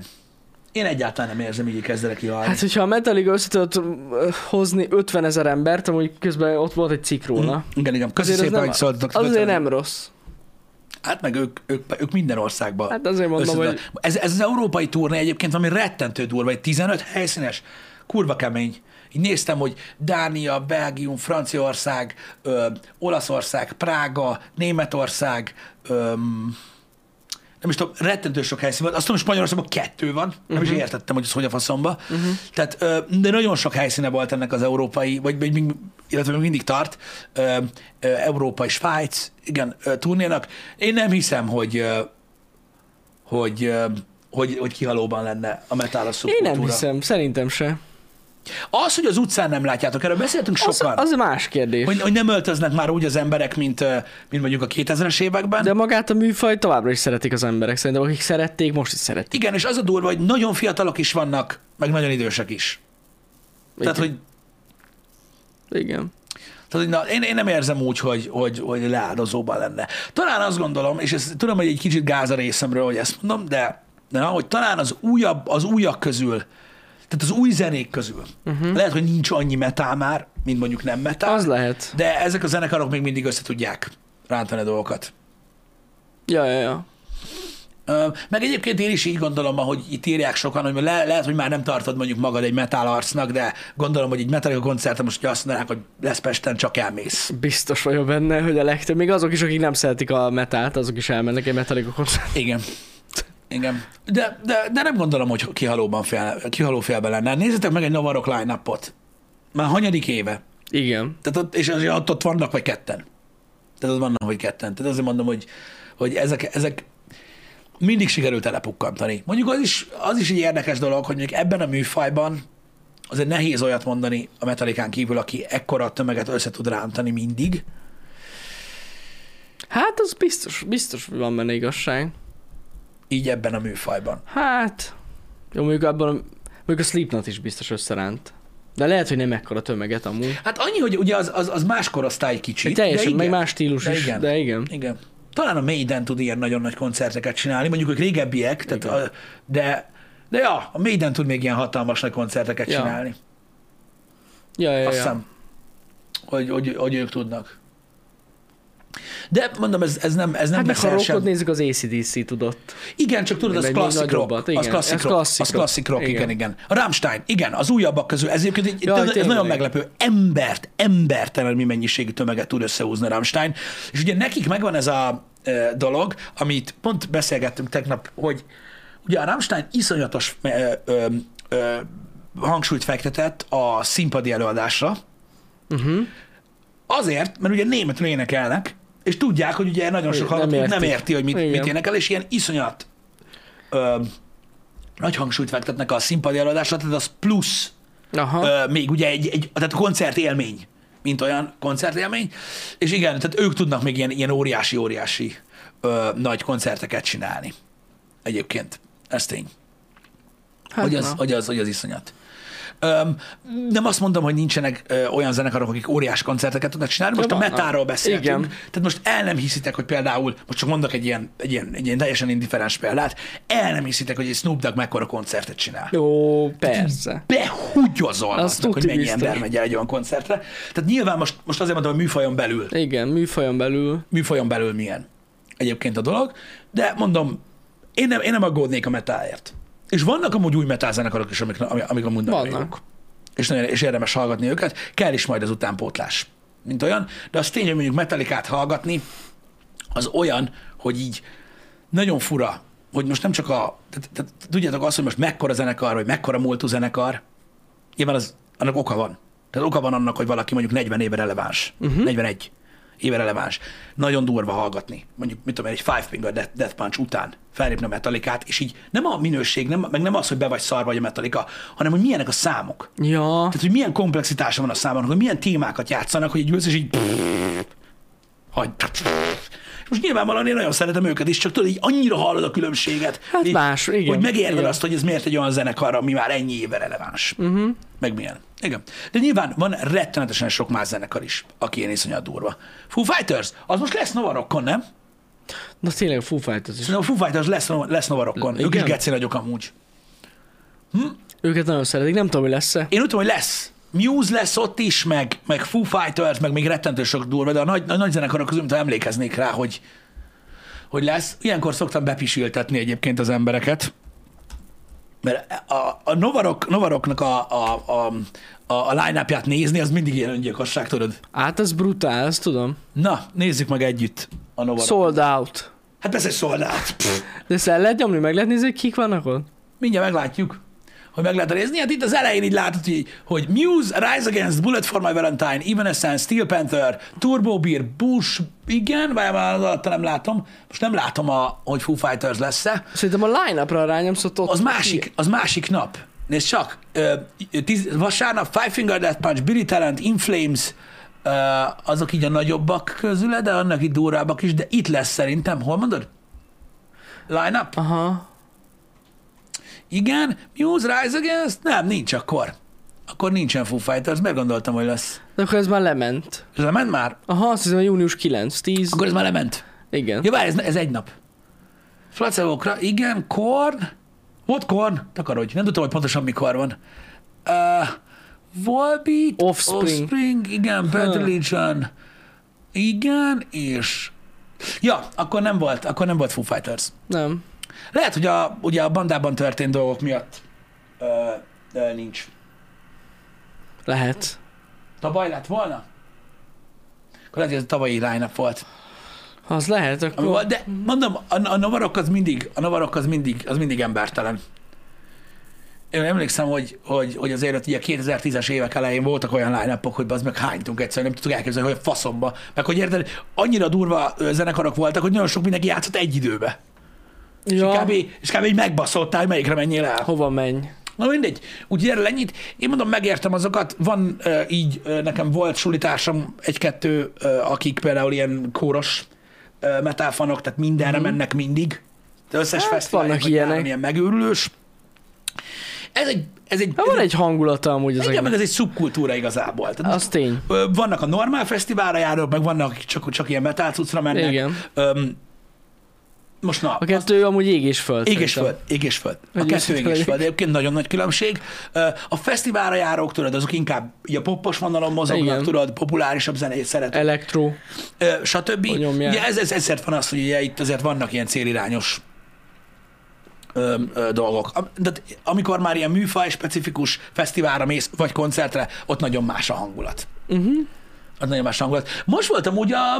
Speaker 1: Én egyáltalán nem érzem, így kezdenek kihalni.
Speaker 2: Hát, hogyha a Metallica össze tudott ö, hozni 50 ezer embert, amúgy közben ott volt egy cikk róla.
Speaker 1: igen, igen. Mhm. Köszi
Speaker 2: Azért az
Speaker 1: szépen,
Speaker 2: nem-
Speaker 1: hogy szóltatok.
Speaker 2: Az azért
Speaker 1: Köszönöm.
Speaker 2: nem rossz.
Speaker 1: Hát meg ők, ők, ők minden országban.
Speaker 2: Hát azért mondom,
Speaker 1: össze-
Speaker 2: hogy-
Speaker 1: ez, ez az európai turné egyébként valami rettentő durva, egy 15 helyszínes, kurva kemény. Így néztem, hogy Dánia, Belgium, Franciaország, ö, Olaszország, Prága, Németország, ö, nem is tudom, rettentő sok helyszín volt. Azt tudom, hogy Spanyolországban kettő van, nem
Speaker 2: Mhm.
Speaker 1: uh-huh. is értettem, hogy ez hogy a faszomba. Uh-huh. Tehát, ö, de nagyon sok helyszíne volt ennek az európai, vagy még, még- illetve még mindig tart, ö, ö, európai Svájc, igen, ö, turnénak. Én nem hiszem, hogy, ö, hogy, ö, hogy, hogy kihalóban lenne a metálos
Speaker 2: Én
Speaker 1: szubkultúra.
Speaker 2: nem hiszem, szerintem se.
Speaker 1: Az, hogy az utcán nem látjátok, erről beszéltünk
Speaker 2: Az,
Speaker 1: sokan.
Speaker 2: az más kérdés.
Speaker 1: Hogy, hogy, nem öltöznek már úgy az emberek, mint, ö, mint mondjuk a 2000-es években.
Speaker 2: De magát a műfajt továbbra is szeretik az emberek. Szerintem akik szerették, most is szeretik.
Speaker 1: Igen, és az a durva, hogy nagyon fiatalok is vannak, meg nagyon idősek is. Tehát, hogy,
Speaker 2: Igen.
Speaker 1: tehát, hogy na, én, én nem érzem úgy, hogy, hogy, hogy leáldozóban lenne. Talán azt gondolom, és ezt, tudom, hogy egy kicsit gáz a részemről, hogy ezt mondom, de, de na, hogy talán az újabb, az újak közül, tehát az új zenék közül, uh-huh. lehet, hogy nincs annyi metál már, mint mondjuk nem metál,
Speaker 2: Az lehet.
Speaker 1: de ezek a zenekarok még mindig össze tudják rántani a dolgokat.
Speaker 2: Ja, ja, ja.
Speaker 1: Ö, Meg egyébként én is így gondolom, ahogy itt írják sokan, hogy le, lehet, hogy már nem tartod mondjuk magad egy metal arcnak, de gondolom, hogy egy metal koncerten most ugye azt mondanák, hogy lesz Pesten, csak elmész.
Speaker 2: Biztos vagyok benne, hogy a legtöbb, még azok is, akik nem szeretik a metált, azok is elmennek egy Metallica koncertre.
Speaker 1: Igen. Igen. De, de, de nem gondolom, hogy kihalóban fél, kihaló félben lenne. Nézzétek meg egy Novarok line -ot. Már hanyadik éve.
Speaker 2: Igen.
Speaker 1: Tehát ott, és azért ott, ott vannak, vagy ketten. Tehát ott vannak, vagy ketten. Tehát azért mondom, hogy, hogy ezek, ezek mindig sikerült elepukkantani. Mondjuk az is, az is egy érdekes dolog, hogy mondjuk ebben a műfajban azért nehéz olyat mondani a metalikán kívül, aki ekkora a tömeget össze tud rántani mindig.
Speaker 2: Hát az biztos, biztos hogy van benne igazság.
Speaker 1: így ebben a műfajban.
Speaker 2: Hát, jó, mondjuk abban, a, mondjuk a Slipknot is biztos összeránt. De lehet, hogy nem ekkora tömeget amúgy.
Speaker 1: Hát annyi, hogy ugye az, az, az más korosztály kicsit.
Speaker 2: Egy teljesen,
Speaker 1: de
Speaker 2: meg
Speaker 1: igen.
Speaker 2: más stílus
Speaker 1: De
Speaker 2: is,
Speaker 1: igen.
Speaker 2: de igen.
Speaker 1: Igen. Talán a Maiden tud ilyen nagyon nagy koncerteket csinálni, mondjuk ők régebbiek, tehát
Speaker 2: Igen.
Speaker 1: a, de, de ja, a Maiden tud még ilyen hatalmas nagy koncerteket
Speaker 2: Ja.
Speaker 1: csinálni.
Speaker 2: Ja, ja,
Speaker 1: Azt
Speaker 2: ja.
Speaker 1: hiszem, hogy, hogy, hogy ők tudnak. De mondom, ez, ez nem, ez nem
Speaker 2: Hát meg ha
Speaker 1: veszel sem.
Speaker 2: rockot nézzük, az ACDC tudott.
Speaker 1: Igen, csak tudod,
Speaker 2: Meg
Speaker 1: az
Speaker 2: egy
Speaker 1: klasszik
Speaker 2: nagyobbat,
Speaker 1: rock.
Speaker 2: igen.
Speaker 1: Az klasszik
Speaker 2: Ez
Speaker 1: rock.
Speaker 2: klasszik
Speaker 1: Az klasszik rock,
Speaker 2: rock,
Speaker 1: igen, igen. A Rammstein, igen, az újabbak közül. Ez egyébként egy,
Speaker 2: Jaj,
Speaker 1: tudod, ez
Speaker 2: tényleg.
Speaker 1: nagyon meglepő. Embert, embertelen mi mennyiségű tömeget tud összehúzni a Rammstein. És ugye nekik megvan ez a e, dolog, amit pont beszélgettünk tegnap, hogy ugye a Rammstein iszonyatos e, ö, ö, hangsúlyt fektetett a színpadi előadásra,
Speaker 2: Uh-huh.
Speaker 1: Azért, mert ugye németül énekelnek, és tudják, hogy ugye nagyon sok
Speaker 2: Nem
Speaker 1: hallgató nem, nem
Speaker 2: értik.
Speaker 1: érti, hogy mit,
Speaker 2: Igen.
Speaker 1: mit énekel, és ilyen iszonyat ö, nagy hangsúlyt fektetnek a színpadi előadásra, tehát az plusz
Speaker 2: Aha.
Speaker 1: ö, még ugye egy, egy tehát a koncertélmény, mint olyan koncertélmény, és igen, tehát ők tudnak még ilyen, ilyen óriási-óriási ö, nagy koncerteket csinálni. Egyébként. Ez tény.
Speaker 2: hát
Speaker 1: Hogy az,
Speaker 2: na.
Speaker 1: hogy az, hogy az iszonyat. Öm, nem azt mondom, hogy nincsenek ö, olyan zenekarok, akik óriás koncerteket tudnak csinálni. Most
Speaker 2: Ja,
Speaker 1: a
Speaker 2: vannak.
Speaker 1: metáról beszéltünk. Igen.
Speaker 2: Igen.
Speaker 1: Tehát most el nem hiszitek, hogy például, most csak mondok egy ilyen, egy ilyen, egy ilyen teljesen indiferens példát, el nem hiszitek, hogy egy Snoop Dogg mekkora koncertet csinál.
Speaker 2: Jó, persze. Azt
Speaker 1: Behugyozolnak, hogy
Speaker 2: tuti
Speaker 1: mennyi
Speaker 2: biztos.
Speaker 1: ember megy el egy olyan koncertre. Tehát nyilván most, most azért mondom, hogy műfajon belül
Speaker 2: Igen, műfajon belül.
Speaker 1: műfajon belül milyen egyébként a dolog, de mondom, én nem, én nem aggódnék a metáért. És vannak amúgy új metálzenekarok is, amik, amik amúgy nagyon
Speaker 2: Vannak.
Speaker 1: jók. És, nagyon, és érdemes hallgatni őket. Kell is majd az utánpótlás. mint olyan, de az tény, hogy mondjuk Metallicát hallgatni, az olyan, hogy így nagyon fura, hogy most nem csak a, tehát, tehát, tudjátok azt, hogy most mekkora zenekar, vagy mekkora múltú zenekar, nyilván az, annak oka van. Tehát oka van annak, hogy valaki mondjuk 40 éve releváns, uh-huh. 41 éve releváns. Nagyon durva hallgatni. Mondjuk, mit tudom én, egy Five Finger Death, Death Punch után felépni a metalikát, és így nem a minőség, nem, meg nem az, hogy be vagy szarva, vagy a metalika, hanem hogy milyenek a számok.
Speaker 2: Ja,
Speaker 1: Tehát, hogy milyen komplexitása van a számon, hogy milyen témákat játszanak, hogy egy ülsz, és így hagy. És most nyilvánvalóan én nagyon szeretem őket is, csak tudod, így annyira hallod a különbséget,
Speaker 2: Hát
Speaker 1: így,
Speaker 2: más, igen,
Speaker 1: hogy megérted
Speaker 2: igen.
Speaker 1: azt, hogy ez miért egy olyan zenekar, ami már ennyi éve releváns.
Speaker 2: Mhm.
Speaker 1: Uh-huh. Meg milyen. Igen. De nyilván van rettenetesen sok más zenekar is, aki ilyen iszonyat durva. Foo Fighters, az most lesz Novarokkon, nem?
Speaker 2: na tényleg a Foo Fighters is.
Speaker 1: Szerintem a Foo Fighters lesz, Nova- lesz Novarokkon. Ők is
Speaker 2: Igen?
Speaker 1: geci nagyok amúgy.
Speaker 2: Őket nagyon szeretik, nem tudom, hogy lesz-e.
Speaker 1: Én úgy tudom, hogy lesz. Muse lesz ott is, meg, meg Foo Fighters, meg még rettentő sok durva, de a nagy, a nagy zenekarok közül, mintha emlékeznék rá, hogy, hogy lesz. Ilyenkor szoktam bepisültetni egyébként az embereket, mert a, a Novarok, Novaroknak a, a, a, a, a line-upját nézni, az mindig ilyen öngyilkosság, tudod.
Speaker 2: Hát ez brutál, ezt tudom.
Speaker 1: Na, nézzük meg együtt a Novarok. Szó-
Speaker 2: Sold out.
Speaker 1: hát persze, sold out. Pff,
Speaker 2: De ezt el lehet nyomni, meg lehet nézni, hogy kik vannak ott?
Speaker 1: Mindjárt meglátjuk, hogy meg lehet nézni. Hát itt az elején így látod, hogy, hogy Muse, Rise Against, Bullet for My Valentine, Evanescence, Steel Panther, Turbo Beer, Bush, igen, vagy már az alatt nem látom. Most nem látom, a, hogy Foo Fighters lesz-e.
Speaker 2: Szerintem a line-upra rányomsz ott.
Speaker 1: Az másik, az másik nap. Nézd csak, ö, tíz, vasárnap Five Finger Death Punch, Billy Talent, Inflames, ö, azok így a nagyobbak közül, de annak így durvábbak is, de itt lesz szerintem, hol mondod? Line up?
Speaker 2: Aha.
Speaker 1: Igen, Muse Rise Against? Nem, nincs akkor. Akkor nincsen Foo Fighters, meggondoltam, hogy lesz.
Speaker 2: De akkor ez már lement.
Speaker 1: Ez lement már?
Speaker 2: Aha, azt hiszem, hogy június 9, 10.
Speaker 1: Akkor ez már lement.
Speaker 2: Igen.
Speaker 1: Ja, várj, ez, ez egy nap. Placebokra, igen, Korn. Volt Korn? Takarodj, nem tudtam, hogy pontosan mikor van. Uh, Volbeat,
Speaker 2: Offspring.
Speaker 1: Offspring, igen, Bad Religion, igen, és... Ja, akkor nem volt, akkor nem volt Foo Fighters.
Speaker 2: Nem.
Speaker 1: Lehet, hogy a, ugye a bandában történt dolgok miatt ö, ö, nincs.
Speaker 2: Lehet.
Speaker 1: Tavaly lett volna? Akkor lehet, hogy ez a tavalyi line volt.
Speaker 2: Az lehet, akkor...
Speaker 1: Ami volt, de mondom, a, a navarok az mindig, a navarok az mindig, az mindig embertelen. Én emlékszem, hogy, hogy, hogy azért ott ugye a 2010-es évek elején voltak olyan line hogy az meg hánytunk egyszerűen, nem tudtuk elképzelni, hogy a faszomba. Meg hogy érted, annyira durva ö, zenekarok voltak, hogy nagyon sok mindenki játszott egy időbe.
Speaker 2: Ja,
Speaker 1: Kb, és kb. így megbaszottál, hogy melyikre menjél el.
Speaker 2: hova menj? Hát
Speaker 1: Na mindegy, úgy erről ennyit. Én mondom, megértem azokat. Van ö, így, ö, nekem volt sulitársam egy-kettő, ö, akik például ilyen kóros ö, metálfanok, tehát mindenre mm. mennek mindig. De összes hát,
Speaker 2: Mhm. Hát,
Speaker 1: fesztiválnak
Speaker 2: vannak
Speaker 1: vagy
Speaker 2: ilyenek.
Speaker 1: nálam ilyen megőrülős. Ez egy, ez egy,
Speaker 2: Hát
Speaker 1: ez
Speaker 2: van egy hangulata amúgy az
Speaker 1: igen,
Speaker 2: egész.
Speaker 1: meg ez egy szubkultúra igazából. Tehát
Speaker 2: Az tény.
Speaker 1: Ö, vannak a normál fesztiválra járók, meg vannak, akik csak, csak ilyen metal cuccra mennek.
Speaker 2: Igen.
Speaker 1: Öm, most na,
Speaker 2: A kettő amúgy ég és föld.
Speaker 1: Ég és
Speaker 2: szerintem.
Speaker 1: föld, ég és föld. A
Speaker 2: Hogy
Speaker 1: kettő
Speaker 2: őszinte
Speaker 1: ég és
Speaker 2: legyek.
Speaker 1: föld. Egyébként nagyon nagy különbség. Ö, A fesztiválra járók, tudod, azok inkább így a poppos vonalon mozognak, Igen.
Speaker 2: Igen.
Speaker 1: tudod, populárisabb zenét szeretnek,
Speaker 2: Elektro.
Speaker 1: Ö, stb.
Speaker 2: Hogy nyomják.
Speaker 1: Ugye ez, ez, ezért van az, hogy ugye itt azért vannak ilyen célirányos ö, ö, dolgok. Am- De t- amikor már ilyen műfaj specifikus fesztiválra mész, vagy koncertre, ott nagyon más a hangulat.
Speaker 2: Uh-huh.
Speaker 1: Ott nagyon más a hangulat. Most voltam ugye a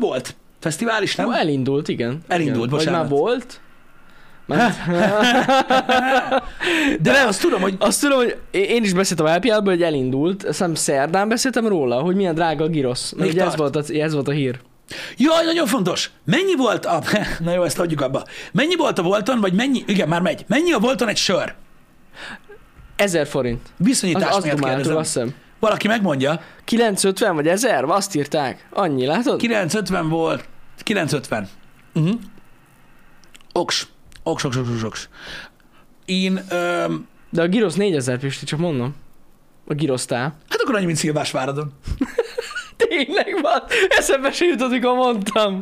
Speaker 1: volt fesztivál is, nem?
Speaker 2: Elindult, igen.
Speaker 1: Elindult,
Speaker 2: igen. Vagy
Speaker 1: bocsánat. Hát,
Speaker 2: már volt. Ment.
Speaker 1: De nem, azt tudom, hogy
Speaker 2: Azt tudom, hogy én- én is beszéltem a happy hour hogy elindult. Azt hiszem szerdán beszéltem róla, hogy milyen drága a girosz.
Speaker 1: Még
Speaker 2: Mert ugye ez
Speaker 1: tart.
Speaker 2: volt, a, ez volt a hír.
Speaker 1: Jaj, nagyon fontos! Mennyi volt a... Na jó, ezt adjuk abba. Mennyi volt a Volton, vagy mennyi... Igen, már megy. Mennyi a Volton egy sör?
Speaker 2: Ezer forint. Az,
Speaker 1: Viszonyítás
Speaker 2: azt
Speaker 1: miatt
Speaker 2: dumáltuk,
Speaker 1: kérdezem.
Speaker 2: azt hiszem.
Speaker 1: Valaki megmondja.
Speaker 2: 950 vagy 1000? Azt írták. Annyi, látod?
Speaker 1: 950 volt. 950. Uh-huh. Oks. Oks, oks, oks, oks, oks. Én... Öm...
Speaker 2: De a girosz 4000 Pisti, csak mondom. A girosztál.
Speaker 1: Hát akkor annyi, mint Szilvásváradon.
Speaker 2: Tényleg van. Eszembe se jutott, mikor mondtam.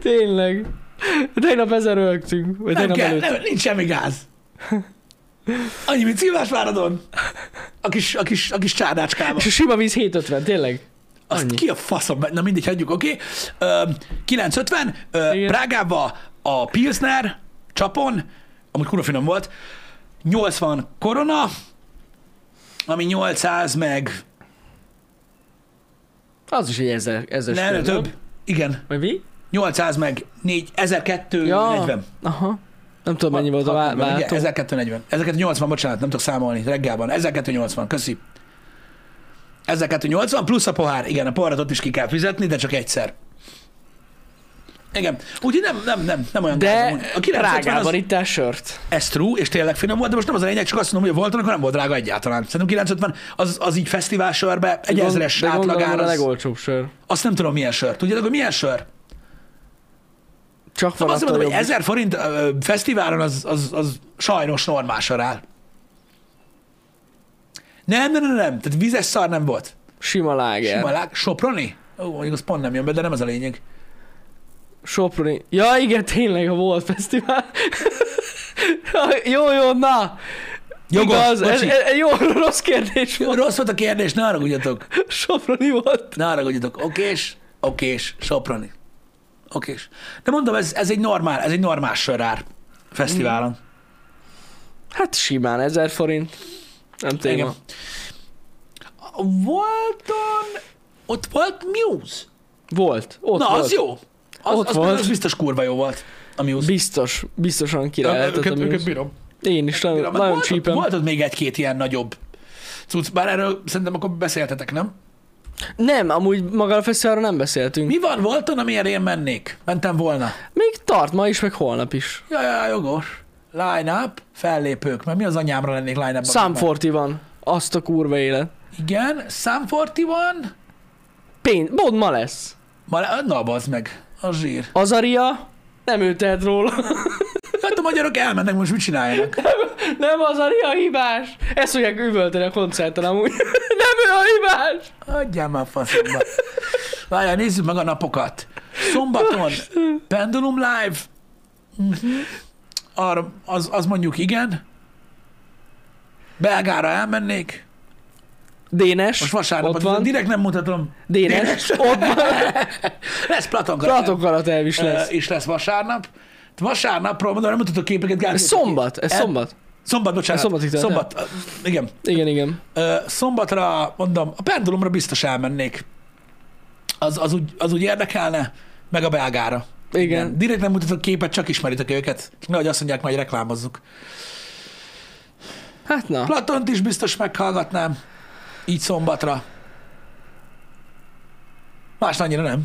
Speaker 2: Tényleg. Tegnap ezer rögtünk. Vagy
Speaker 1: Nem
Speaker 2: tegnap
Speaker 1: kell,
Speaker 2: előtt.
Speaker 1: nem, nincs semmi gáz. Annyi, mint Szilvásváradon. A kis, a kis, a kis csárdácskában.
Speaker 2: És a sima víz 750, tényleg.
Speaker 1: Azt
Speaker 2: Annyi.
Speaker 1: ki a faszom, na mindegy, hagyjuk, oké. Okay. 950, ö,
Speaker 2: Igen.
Speaker 1: Prágába a Pilsner csapon, amúgy kurva finom volt, 80 korona, ami 800 meg
Speaker 2: Az is egy ezer, ezes
Speaker 1: Ne,
Speaker 2: film,
Speaker 1: ne, több. Igen.
Speaker 2: Vagy mi?
Speaker 1: 800 meg 4, 1240.
Speaker 2: Aha. Nem tudom, mennyi volt a vá-
Speaker 1: Hat- ugye?
Speaker 2: váltó.
Speaker 1: 1240. 1280, bocsánat, nem tudok számolni, reggelban. 1280, köszi. 1280 plusz a pohár. Igen, a poharat ott is ki kell fizetni, de csak egyszer. Igen. Úgyhogy nem, nem, nem, nem olyan gáz
Speaker 2: De
Speaker 1: amúgy.
Speaker 2: a drágában itt a sört.
Speaker 1: ez true, és tényleg finom volt, de most nem az a lényeg, csak azt mondom, hogy volt, akkor nem volt drága egyáltalán. Szerintem 950 az, az így fesztivál sörbe, egy ezres
Speaker 2: De gondolom,
Speaker 1: átlagár,
Speaker 2: a
Speaker 1: az,
Speaker 2: legolcsóbb sör.
Speaker 1: azt nem tudom milyen sör. Tudjátok, hogy milyen sör?
Speaker 2: Csak van
Speaker 1: Azt
Speaker 2: attól
Speaker 1: mondom, hogy
Speaker 2: jobb.
Speaker 1: 1000 forint ö, fesztiválon az, az, az sajnos normál sör áll. Nem, nem, nem, nem. Tehát vizes szar nem volt.
Speaker 2: Sima
Speaker 1: Yeah.
Speaker 2: láger.
Speaker 1: Malák, Soproni? Ó, mondjuk az pont nem jön be, de nem ez a lényeg.
Speaker 2: Soproni. Ja, igen, tényleg, ha volt fesztivál. jó, jó, na.
Speaker 1: Jogos,
Speaker 2: Igaz, ez,
Speaker 1: bocsi.
Speaker 2: ez, ez, jó, rossz kérdés volt.
Speaker 1: Rossz volt a kérdés, ne haragudjatok.
Speaker 2: Soproni volt.
Speaker 1: Ne haragudjatok. Okés, okés, Soproni. Okés. De mondom, ez, ez egy normál, ez egy normál sörár fesztiválon.
Speaker 2: Hát simán, 1000 forint. Nem téma.
Speaker 1: Igen. Mm. Volton, ott volt Muse.
Speaker 2: Volt. Ott
Speaker 1: Na,
Speaker 2: volt.
Speaker 1: az jó. Az,
Speaker 2: Ott
Speaker 1: az,
Speaker 2: volt.
Speaker 1: az, biztos kurva jó volt. A Muse.
Speaker 2: Biztos, biztosan király lehetett a Muse.
Speaker 1: bírom.
Speaker 2: Én is nagyon,
Speaker 1: bírom. Hát
Speaker 2: nagyon
Speaker 1: volt,
Speaker 2: csípem.
Speaker 1: Volt ott még egy-két ilyen nagyobb cucc, bár erről szerintem akkor beszéltetek, nem?
Speaker 2: Nem, amúgy maga a fesztiválról nem beszéltünk.
Speaker 1: Mi van Volton, amilyenre én mennék? Mentem volna.
Speaker 2: Még tart ma is, meg holnap is.
Speaker 1: Ja, ja, jogos. Line up, fellépők, mert mi az anyámra lennék line up
Speaker 2: Sam Forti van. Azt a kurva élet.
Speaker 1: Igen, Sam Forti van.
Speaker 2: Pénz, Bond ma lesz.
Speaker 1: Ma- Na, bazd meg. A zsír.
Speaker 2: Azaria, nem ő tehet róla.
Speaker 1: Hát a magyarok elmennek, most mit csináljanak?
Speaker 2: Nem Azaria a hibás. Ezt fogják üvölteni a koncerten amúgy. Nem ő a hibás.
Speaker 1: Adjál már faszomba. Várjál, nézzük meg a napokat. Szombaton Pendulum Live. Mhm. Arra, az, az mondjuk igen. Belgára elmennék.
Speaker 2: Dénes,
Speaker 1: Most vasárnap,
Speaker 2: ott
Speaker 1: van.
Speaker 2: van.
Speaker 1: direkt nem mutatom.
Speaker 2: Dénes, ott van.
Speaker 1: Lesz Platon
Speaker 2: Platon Karatev is lesz.
Speaker 1: Ö, is lesz vasárnap. Vasárnapról mondom, nem mutatok képeket. Gál,
Speaker 2: Ez szombat, ez
Speaker 1: El-
Speaker 2: szombat.
Speaker 1: Szombat, bocsánat.
Speaker 2: Ez szombatig
Speaker 1: szombat,
Speaker 2: történt.
Speaker 1: szombat. Ö, Igen.
Speaker 2: Igen, igen.
Speaker 1: Ö, Szombatra, mondom, a pendulumra biztos elmennék. Az, az, úgy, az úgy érdekelne, meg a belgára.
Speaker 2: Igen.
Speaker 1: Direkt nem mutatok képet, csak ismeritek őket. Nehogy azt mondják, majd reklámozzuk.
Speaker 2: Hát na.
Speaker 1: Platont is biztos meghallgatnám. Így szombatra. Más annyira nem.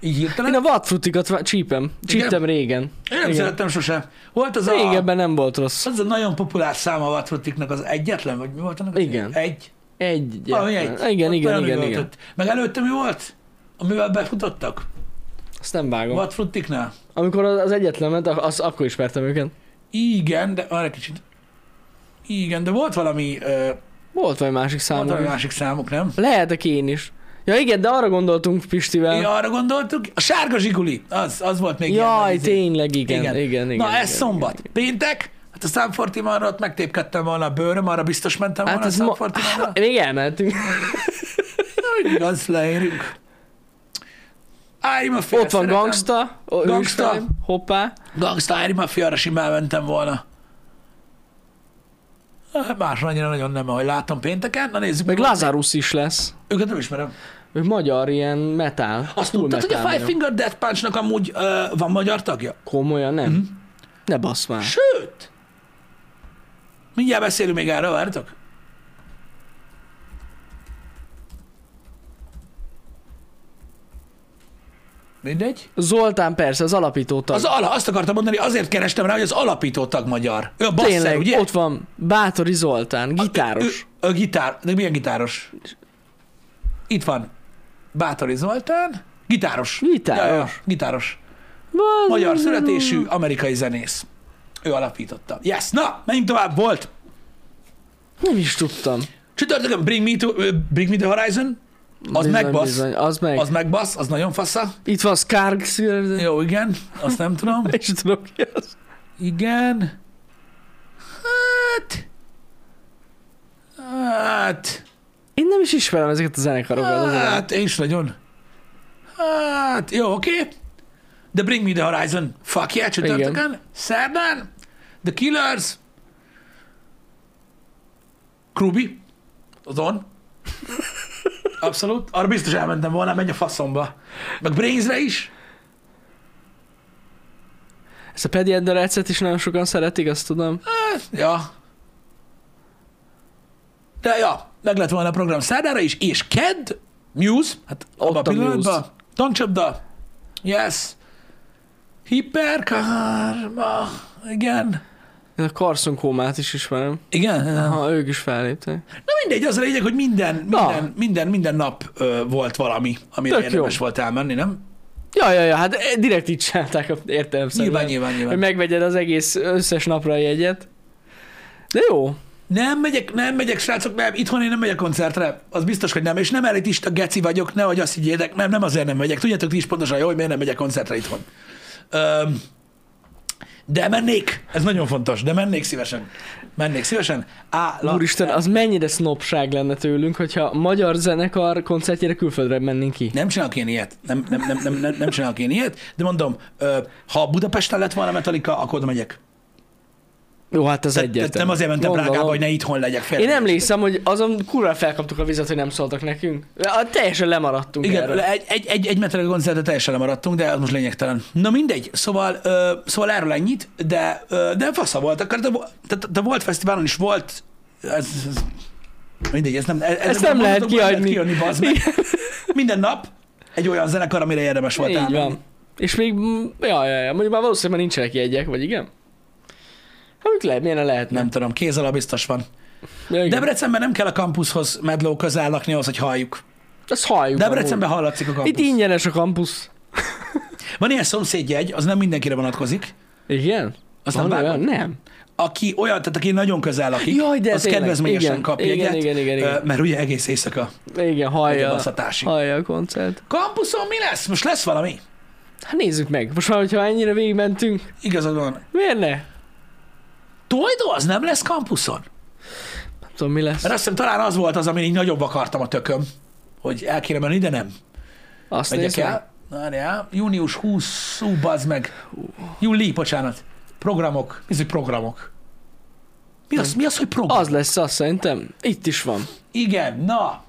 Speaker 1: Így hirtelen.
Speaker 2: Én a vadfrutikat vá- csípem. Csíptem régen.
Speaker 1: Én nem
Speaker 2: igen.
Speaker 1: szerettem sose. Volt az a...
Speaker 2: Régebben nem volt rossz.
Speaker 1: Az a nagyon populár száma a Wattfrutiknak az egyetlen, vagy mi volt annak? az
Speaker 2: Igen.
Speaker 1: Egy?
Speaker 2: Egy.
Speaker 1: Valami
Speaker 2: igen,
Speaker 1: egy.
Speaker 2: Ah, igen,
Speaker 1: Ott
Speaker 2: igen,
Speaker 1: nagyon
Speaker 2: igen,
Speaker 1: üvölt
Speaker 2: igen.
Speaker 1: ott. Meg előtte mi volt? Amivel befutottak?
Speaker 2: Azt nem vágom.
Speaker 1: Wattfrutiknál?
Speaker 2: Amikor az az egyetlen ment, ak- az, akkor ismertem őket.
Speaker 1: Igen, de arra kicsit. Igen, de volt valami, ö,
Speaker 2: Volt vagy másik
Speaker 1: volt
Speaker 2: számom.
Speaker 1: valami
Speaker 2: is.
Speaker 1: másik számuk, nem?
Speaker 2: Lehetek én is. Ja igen, de arra gondoltunk Pistivel.
Speaker 1: Mi
Speaker 2: Ja,
Speaker 1: arra gondoltuk? A sárga zsiguli, az, az volt még
Speaker 2: Jaj,
Speaker 1: ilyen. izé.
Speaker 2: tényleg, igen, igen, igen. igen
Speaker 1: Na, ez
Speaker 2: igen,
Speaker 1: szombat.
Speaker 2: igen.
Speaker 1: Péntek? Hát a Stanfordi arra ott megtépkedtem volna a bőröm, arra biztos mentem volna
Speaker 2: Hát
Speaker 1: a
Speaker 2: ez ma...
Speaker 1: Stanfordi arra.
Speaker 2: Még elmentünk.
Speaker 1: Igaz, leérünk. Ári Mafia.
Speaker 2: Ott van
Speaker 1: szeretem.
Speaker 2: Gangsta. o-
Speaker 1: Gangsta.
Speaker 2: hősfejm, Hoppá.
Speaker 1: Gangsta Ári Mafia, arra simán mentem volna. Ah, Más annyira nagyon nem, ahogy láttam pénteken. Na nézzük
Speaker 2: Meg
Speaker 1: mi van.
Speaker 2: Lazarus is lesz.
Speaker 1: Őket nem ismerem.
Speaker 2: Ő magyar ilyen metal.
Speaker 1: Azt
Speaker 2: Full
Speaker 1: tudtad, hogy a
Speaker 2: metal
Speaker 1: Five
Speaker 2: vagyok.
Speaker 1: Finger Death Punch-nak amúgy ö, van magyar tagja?
Speaker 2: Komolyan nem?
Speaker 1: Mhm.
Speaker 2: Ne basz már.
Speaker 1: Sőt! Mindjárt beszélünk még erről, vártok? Mindegy.
Speaker 2: Zoltán persze, az alapító tag.
Speaker 1: Az ala, azt akartam mondani, azért kerestem rá, hogy az alapító tag magyar. Ő a basszer,
Speaker 2: Tényleg,
Speaker 1: ugye?
Speaker 2: ott van Bátori Zoltán, gitáros.
Speaker 1: Ő, ő, gitár, de milyen gitáros? Itt van. Bátori Zoltán, gitáros.
Speaker 2: Gitáros.
Speaker 1: Ja, ja, gitáros.
Speaker 2: Bazd
Speaker 1: Magyar
Speaker 2: meg.
Speaker 1: születésű amerikai zenész. Ő alapította. Yes, na, menjünk tovább, volt.
Speaker 2: Nem is tudtam.
Speaker 1: Csütörtökön Bring Me, to, ö, Bring me the Horizon, az
Speaker 2: Bizony,
Speaker 1: megbasz,
Speaker 2: bizony, Az meg.
Speaker 1: az megbasz, az nagyon fasza.
Speaker 2: Itt van Skarg Szilárd.
Speaker 1: Jó, igen, azt nem tudom.
Speaker 2: És tudom ki az.
Speaker 1: Igen. Hát... Hát...
Speaker 2: Én nem is ismerem ezeket a zenekarokat. az a-
Speaker 1: Hát, én is nagyon. Hát, jó, oké. The Bring Me The Horizon, fuck yeah, csütörtökön. Szerdán, The Killers, Krubi, azon. Abszolút. Arra biztos elmentem volna, menj a faszomba. Meg Brainsre is.
Speaker 2: Ezt a Paddy and the Ratchet is nagyon sokan szeretik, azt tudom.
Speaker 1: Ja. De ja, meg lett volna a program szerdára is, és Ked, Muse, hát
Speaker 2: Ott
Speaker 1: abban a
Speaker 2: a
Speaker 1: pillanatban,
Speaker 2: Muse.
Speaker 1: tancsapda, yes, hiperkarma, igen,
Speaker 2: Én a Carson Kómát is ismerem.
Speaker 1: igen,
Speaker 2: Ha ők is felléptek.
Speaker 1: Na mindegy, az a lényeg, hogy minden,
Speaker 2: Na.
Speaker 1: minden, minden, minden nap ö, volt valami, amire
Speaker 2: Tök jó.
Speaker 1: érdemes volt elmenni, nem?
Speaker 2: Ja, ja, ja, hát eh, direkt így csinálták, értelemszerűen.
Speaker 1: Nyilván, nyilván, nyilván.
Speaker 2: Hogy megvegyed az egész összes napra a jegyet. De jó.
Speaker 1: Nem megyek, nem megyek, srácok, nem, itthon én nem megyek koncertre, az biztos, hogy nem, és nem elitista geci vagyok, nehogy azt higgyétek, nem, nem azért nem megyek. Tudjátok ti is pontosan jó, hogy miért nem megyek koncertre itthon. Öm, de mennék, ez nagyon fontos, de mennék szívesen. Mennék szívesen. Áll,
Speaker 2: Úristen, az mennyire sznopság lenne tőlünk, hogyha magyar zenekar koncertjére külföldre mennénk ki.
Speaker 1: Nem csinálok én ilyet. Nem, nem, nem, nem, nem, nem csinálok én ilyet, de mondom, ö, ha Budapesten lett volna Metallica, akkor oda megyek.
Speaker 2: Jó, hát az
Speaker 1: Tehát- tehát
Speaker 2: egyértelmű.
Speaker 1: nem azért mentem
Speaker 2: Gondolom.
Speaker 1: Prágába, hogy ne itthon legyek félre.
Speaker 2: Én emlékszem, hogy azon kurva felkaptuk a vizet, hogy nem szóltak nekünk. Ah, Teljesen lemaradtunk
Speaker 1: Igen,
Speaker 2: erről.
Speaker 1: le- egy, egy, egy, egy metrel koncertre teljesen lemaradtunk, de az most lényegtelen. Na mindegy, szóval, ö, szóval erről ennyit, de, ö, de fasza volt. Akkor, de, de, de volt fesztiválon is volt, ez, ez mindegy, ez nem, ez,
Speaker 2: Ezt nem lehet kiadni.
Speaker 1: kiadni bazd meg.
Speaker 2: Igen.
Speaker 1: Minden nap egy olyan zenekar, amire érdemes volt
Speaker 2: Így
Speaker 1: elmenni.
Speaker 2: van. És még, mm, ja, ja, ja, mondjuk már valószínűleg már nincsenek jegyek, vagy igen? Hát mit lehet, miért ne lehetne?
Speaker 1: Nem tudom, kéz alá biztos van.
Speaker 2: Ja, igen.
Speaker 1: Debrecenben nem kell a kampuszhoz medló közel lakni ahhoz, hogy halljuk.
Speaker 2: Ezt halljuk.
Speaker 1: Debrecenben
Speaker 2: amúgy.
Speaker 1: hallatszik a kampusz.
Speaker 2: Itt ingyenes a kampusz.
Speaker 1: Van ilyen szomszédjegy, az nem mindenkire vonatkozik.
Speaker 2: Igen?
Speaker 1: Aztán
Speaker 2: Van
Speaker 1: vágod?
Speaker 2: olyan? Nem.
Speaker 1: aki olyan, tehát aki nagyon közel lakik,
Speaker 2: Jaj, de
Speaker 1: az
Speaker 2: tényleg.
Speaker 1: kedvezményesen
Speaker 2: Igen,
Speaker 1: kap
Speaker 2: igen,
Speaker 1: jegyet,
Speaker 2: igen, igen, igen.
Speaker 1: ö, mert ugye egész éjszaka
Speaker 2: Igen,
Speaker 1: megy a
Speaker 2: hallja,
Speaker 1: baszatási.
Speaker 2: hallja a koncert.
Speaker 1: Kampuszon mi lesz? Most lesz valami?
Speaker 2: Hát nézzük meg. Most már, hogyha ennyire végigmentünk,
Speaker 1: Igazad van.
Speaker 2: miért ne?
Speaker 1: Tojdó az nem lesz kampuszon?
Speaker 2: Nem tudom, mi lesz.
Speaker 1: Mert azt hiszem talán az volt az, amin így nagyobb akartam a tököm, hogy el kéne menni, de nem.
Speaker 2: Azt
Speaker 1: Megyek
Speaker 2: nézzük.
Speaker 1: el. Várjál. Június 20, hú, bazd meg. Júli, bocsánat. Programok. Mi az, hogy programok? Mi az, mi az hogy program?
Speaker 2: Az lesz, azt szerintem. Itt is van.
Speaker 1: Igen, na.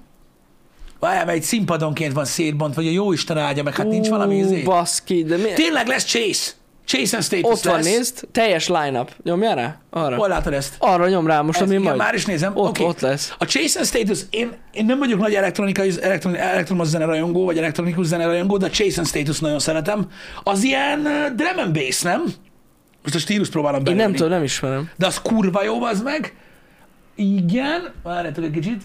Speaker 1: Várjál, mert egy színpadonként van szétbont, vagy a jó Isten áldja meg, hát nincs
Speaker 2: Ú,
Speaker 1: valami izé.
Speaker 2: Baszki, de mi?
Speaker 1: Tényleg lesz Chase. Chase and Status
Speaker 2: Ott van,
Speaker 1: lesz.
Speaker 2: nézd. Teljes line-up. Nyomjál rá? Arra.
Speaker 1: Hol látod ezt?
Speaker 2: Arra nyom rá most,
Speaker 1: ezt
Speaker 2: ami
Speaker 1: igen,
Speaker 2: Szóval majd.
Speaker 1: már is nézem.
Speaker 2: Ott,
Speaker 1: Oké.
Speaker 2: ott lesz.
Speaker 1: A Chase and Status, én, én nem vagyok nagy elektronikai, elektron, elektromos zenerajongó, vagy elektronikus zenerajongó, de a Chase and Status nagyon szeretem. Az ilyen uh, drum and bass, nem? Most a stílus próbálom
Speaker 2: Én
Speaker 1: belőni.
Speaker 2: nem tudom, nem ismerem.
Speaker 1: De az kurva jó, az meg. Igen, várjátok egy kicsit.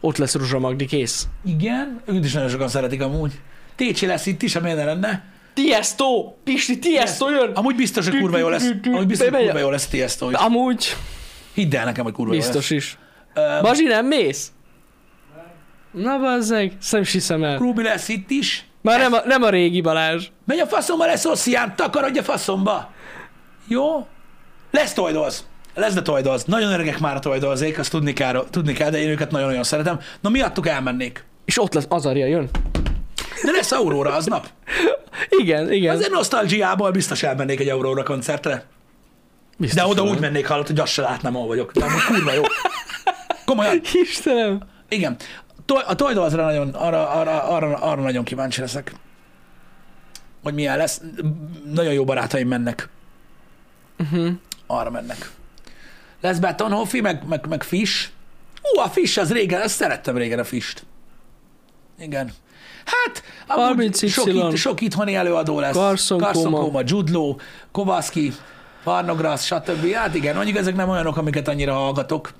Speaker 2: Ott lesz Ruzsa Magdi, kész.
Speaker 1: Igen, őt is nagyon sokan szeretik amúgy. Técsi lesz itt is, amilyen lenne.
Speaker 2: Tiesto! Pisti, Tiesto jön!
Speaker 1: Amúgy biztos, hogy kurva jó lesz. Amúgy biztos, hogy kurva jó lesz Tiesto. is.
Speaker 2: Amúgy
Speaker 1: Hidd el nekem, hogy kurva jó lesz.
Speaker 2: biztos is.
Speaker 1: Ö,
Speaker 2: Bazsi, nem mész? Na bazzeg, ezt nem is hiszem el.
Speaker 1: Rubi lesz itt is.
Speaker 2: Már nem a, nem a régi Balázs.
Speaker 1: Megy a faszomba, lesz Osszián, takarodj a faszomba. Jó? Lesz Tojdolz. Lesz de Tojdolz. Nagyon öregek már a Tojdolzék, azt tudni kell, tudni kell, de én őket nagyon-nagyon szeretem. Na miattuk elmennék.
Speaker 2: És ott lesz, Azaria jön.
Speaker 1: De lesz Aurora aznap.
Speaker 2: Igen, igen.
Speaker 1: Azért nosztalgiából biztos elmennék egy Aurora koncertre. De
Speaker 2: Biztos
Speaker 1: oda
Speaker 2: van.
Speaker 1: úgy mennék, hallott, hogy azt se látnám, hol vagyok. De amúgy kurva jó. Komolyan.
Speaker 2: Istenem.
Speaker 1: Igen. Toj- A tojdolzra nagyon, arra, arra, arra, arra nagyon kíváncsi leszek. Hogy milyen lesz. Nagyon jó barátaim mennek.
Speaker 2: Uh-huh.
Speaker 1: Arra mennek. Lesz Beton Hoffi, meg, meg, meg Fish. Ú, a Fish az régen, azt szerettem régen a Fist. Igen. Hát, amúgy
Speaker 2: 30Y.
Speaker 1: sok, itt, sok itthoni előadó lesz.
Speaker 2: Carson Koma.
Speaker 1: Koma, Judló, Kovaszki, Farnograsz, stb. Hát igen, mondjuk ezek nem olyanok, amiket annyira hallgatok.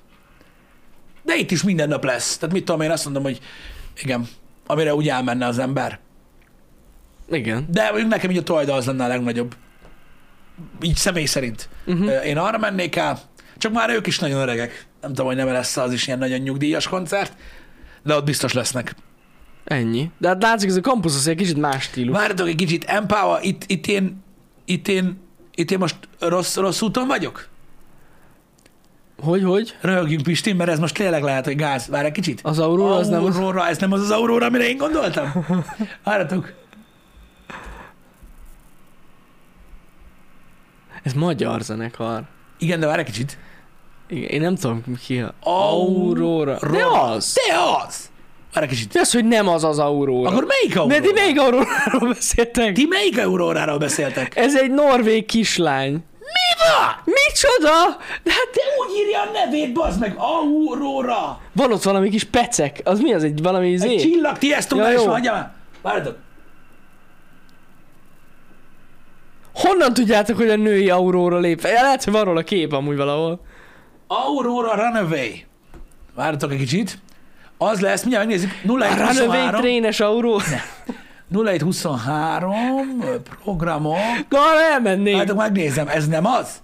Speaker 1: De itt is minden nap lesz. Tehát mit tudom én, azt mondom, hogy igen, amire úgy elmenne az ember.
Speaker 2: Igen.
Speaker 1: De mondjuk nekem így a Tolda az lenne a legnagyobb. Így személy szerint. Uh-huh. Én arra mennék el, csak már ők is nagyon öregek. Nem tudom, hogy nem lesz az is ilyen nagyon nyugdíjas koncert, de ott biztos lesznek.
Speaker 2: Ennyi. De hát látszik, ez a kampusz az egy kicsit más stílus.
Speaker 1: Várjatok egy kicsit, Empower, itt, itt, én, itt, én, itt én most rossz, rossz úton vagyok?
Speaker 2: Hogy, hogy?
Speaker 1: Röhögjünk Pistin, mert ez most tényleg lehet, hogy gáz. Várj egy kicsit.
Speaker 2: Az Aurora az nem az...
Speaker 1: Aurora, ez nem az az Aurora, amire én gondoltam? Várjatok.
Speaker 2: Ez magyar zenekar.
Speaker 1: Igen, de várj egy kicsit.
Speaker 2: Igen, én nem tudom ki a...
Speaker 1: Aurora.
Speaker 2: Aurora. De az!
Speaker 1: De az! Várj egy kicsit.
Speaker 2: De az, hogy nem az az Aurora.
Speaker 1: Akkor melyik
Speaker 2: De
Speaker 1: Aurora?
Speaker 2: ti melyik Auroráról beszéltek?
Speaker 1: Ti melyik Auroráról beszéltek?
Speaker 2: Ez egy norvég kislány.
Speaker 1: Eva!
Speaker 2: Micsoda? De hát
Speaker 1: Te úgy írja a nevét, bazd meg! Aurora!
Speaker 2: van ott valami kis pecek. Az mi az? Egy valami izé?
Speaker 1: Egy csillag, ti ezt
Speaker 2: Ja,
Speaker 1: tudnád, és
Speaker 2: jó.
Speaker 1: hagyja már. Várjatok.
Speaker 2: Honnan tudjátok, hogy a női Aurora lép? Ja, Lehet, hogy van róla kép amúgy valahol.
Speaker 1: Aurora Runaway. Várjatok egy kicsit. Az lesz, mindjárt megnézzük.
Speaker 2: A Runaway
Speaker 1: 0723.
Speaker 2: trénes Aurora.
Speaker 1: 0723 ö, programok.
Speaker 2: Na, arra elmennék.
Speaker 1: Várjatok, megnézem, ez nem az?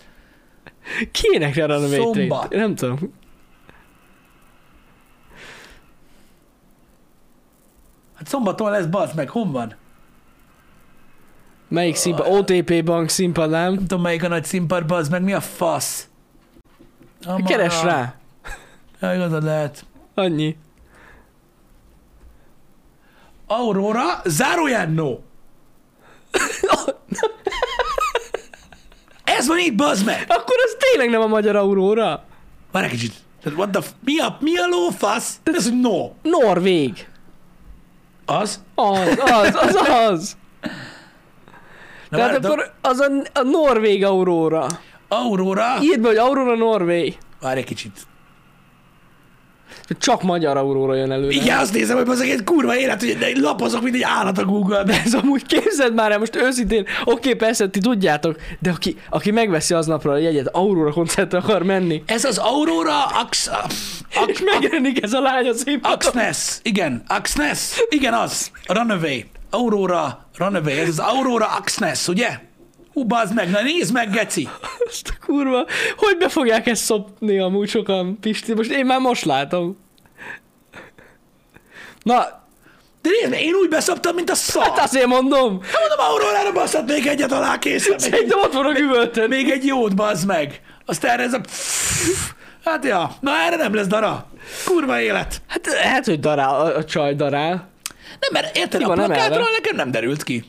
Speaker 2: Kinek a Runaway
Speaker 1: Szombat.
Speaker 2: Train? Nem tudom.
Speaker 1: Hát szombaton lesz, bazd meg, hon van? Nem
Speaker 2: Melyik színpad? OTP bank színpadám.
Speaker 1: tudom, melyik a nagy színpad, bazd meg, mi a fasz? A
Speaker 2: Keres
Speaker 1: mara.
Speaker 2: rá.
Speaker 1: Ja, igazad lehet.
Speaker 2: Annyi.
Speaker 1: Aurora, zárójel no. Ez van itt, bazd meg!
Speaker 2: Akkor az tényleg nem a magyar Aurora?
Speaker 1: Várj egy kicsit. Tehát What the f- mi a, mi a lófasz? Ez, hogy no.
Speaker 2: Norvég.
Speaker 1: Az?
Speaker 2: Az, az, az, az.
Speaker 1: Na,
Speaker 2: Tehát
Speaker 1: várj, de-
Speaker 2: akkor az a, a Norvég Aurora.
Speaker 1: Aurora.
Speaker 2: Írd be, hogy Aurora Norvég.
Speaker 1: Várj egy kicsit.
Speaker 2: Csak magyar Aurora jön elő. nem?
Speaker 1: Igen, azt nézem, hogy az egy kurva élet, hogy de lapozok, mint egy állat a Google-be.
Speaker 2: Ez amúgy képzeld már el, most őszintén, oké, persze, ti tudjátok, de aki, aki megveszi aznapra a jegyet, Aurora koncertre akar menni,
Speaker 1: Ez az Aurora Ax...
Speaker 2: és megjelenik ez a lány az színpadon.
Speaker 1: Axness. Igen, Axness. Igen, az. Runaway. Aurora Runaway. Ez az Aurora Axness, ugye? Hú, bazd meg, na nézd meg, geci.
Speaker 2: Azt a kurva, hogy be fogják ezt szopni amúgy sokan, Pisti? Most én már most látom. Na,
Speaker 1: De nézd meg, én úgy beszoptam, mint a szar.
Speaker 2: hát azért mondom,
Speaker 1: Hát mondom, Aurórára basszat még egyet alá készen.
Speaker 2: szerintem ott van a üvöltön.
Speaker 1: Még egy jót, bazd meg. Aztán erre ez a... Hát ja, na erre nem lesz dara. Kurva élet.
Speaker 2: Hát lehet, hogy darál, a, a csaj darál.
Speaker 1: Nem, mert érted,
Speaker 2: Ki
Speaker 1: a
Speaker 2: van, nem
Speaker 1: plakátról
Speaker 2: erre?
Speaker 1: nekem nem derült ki.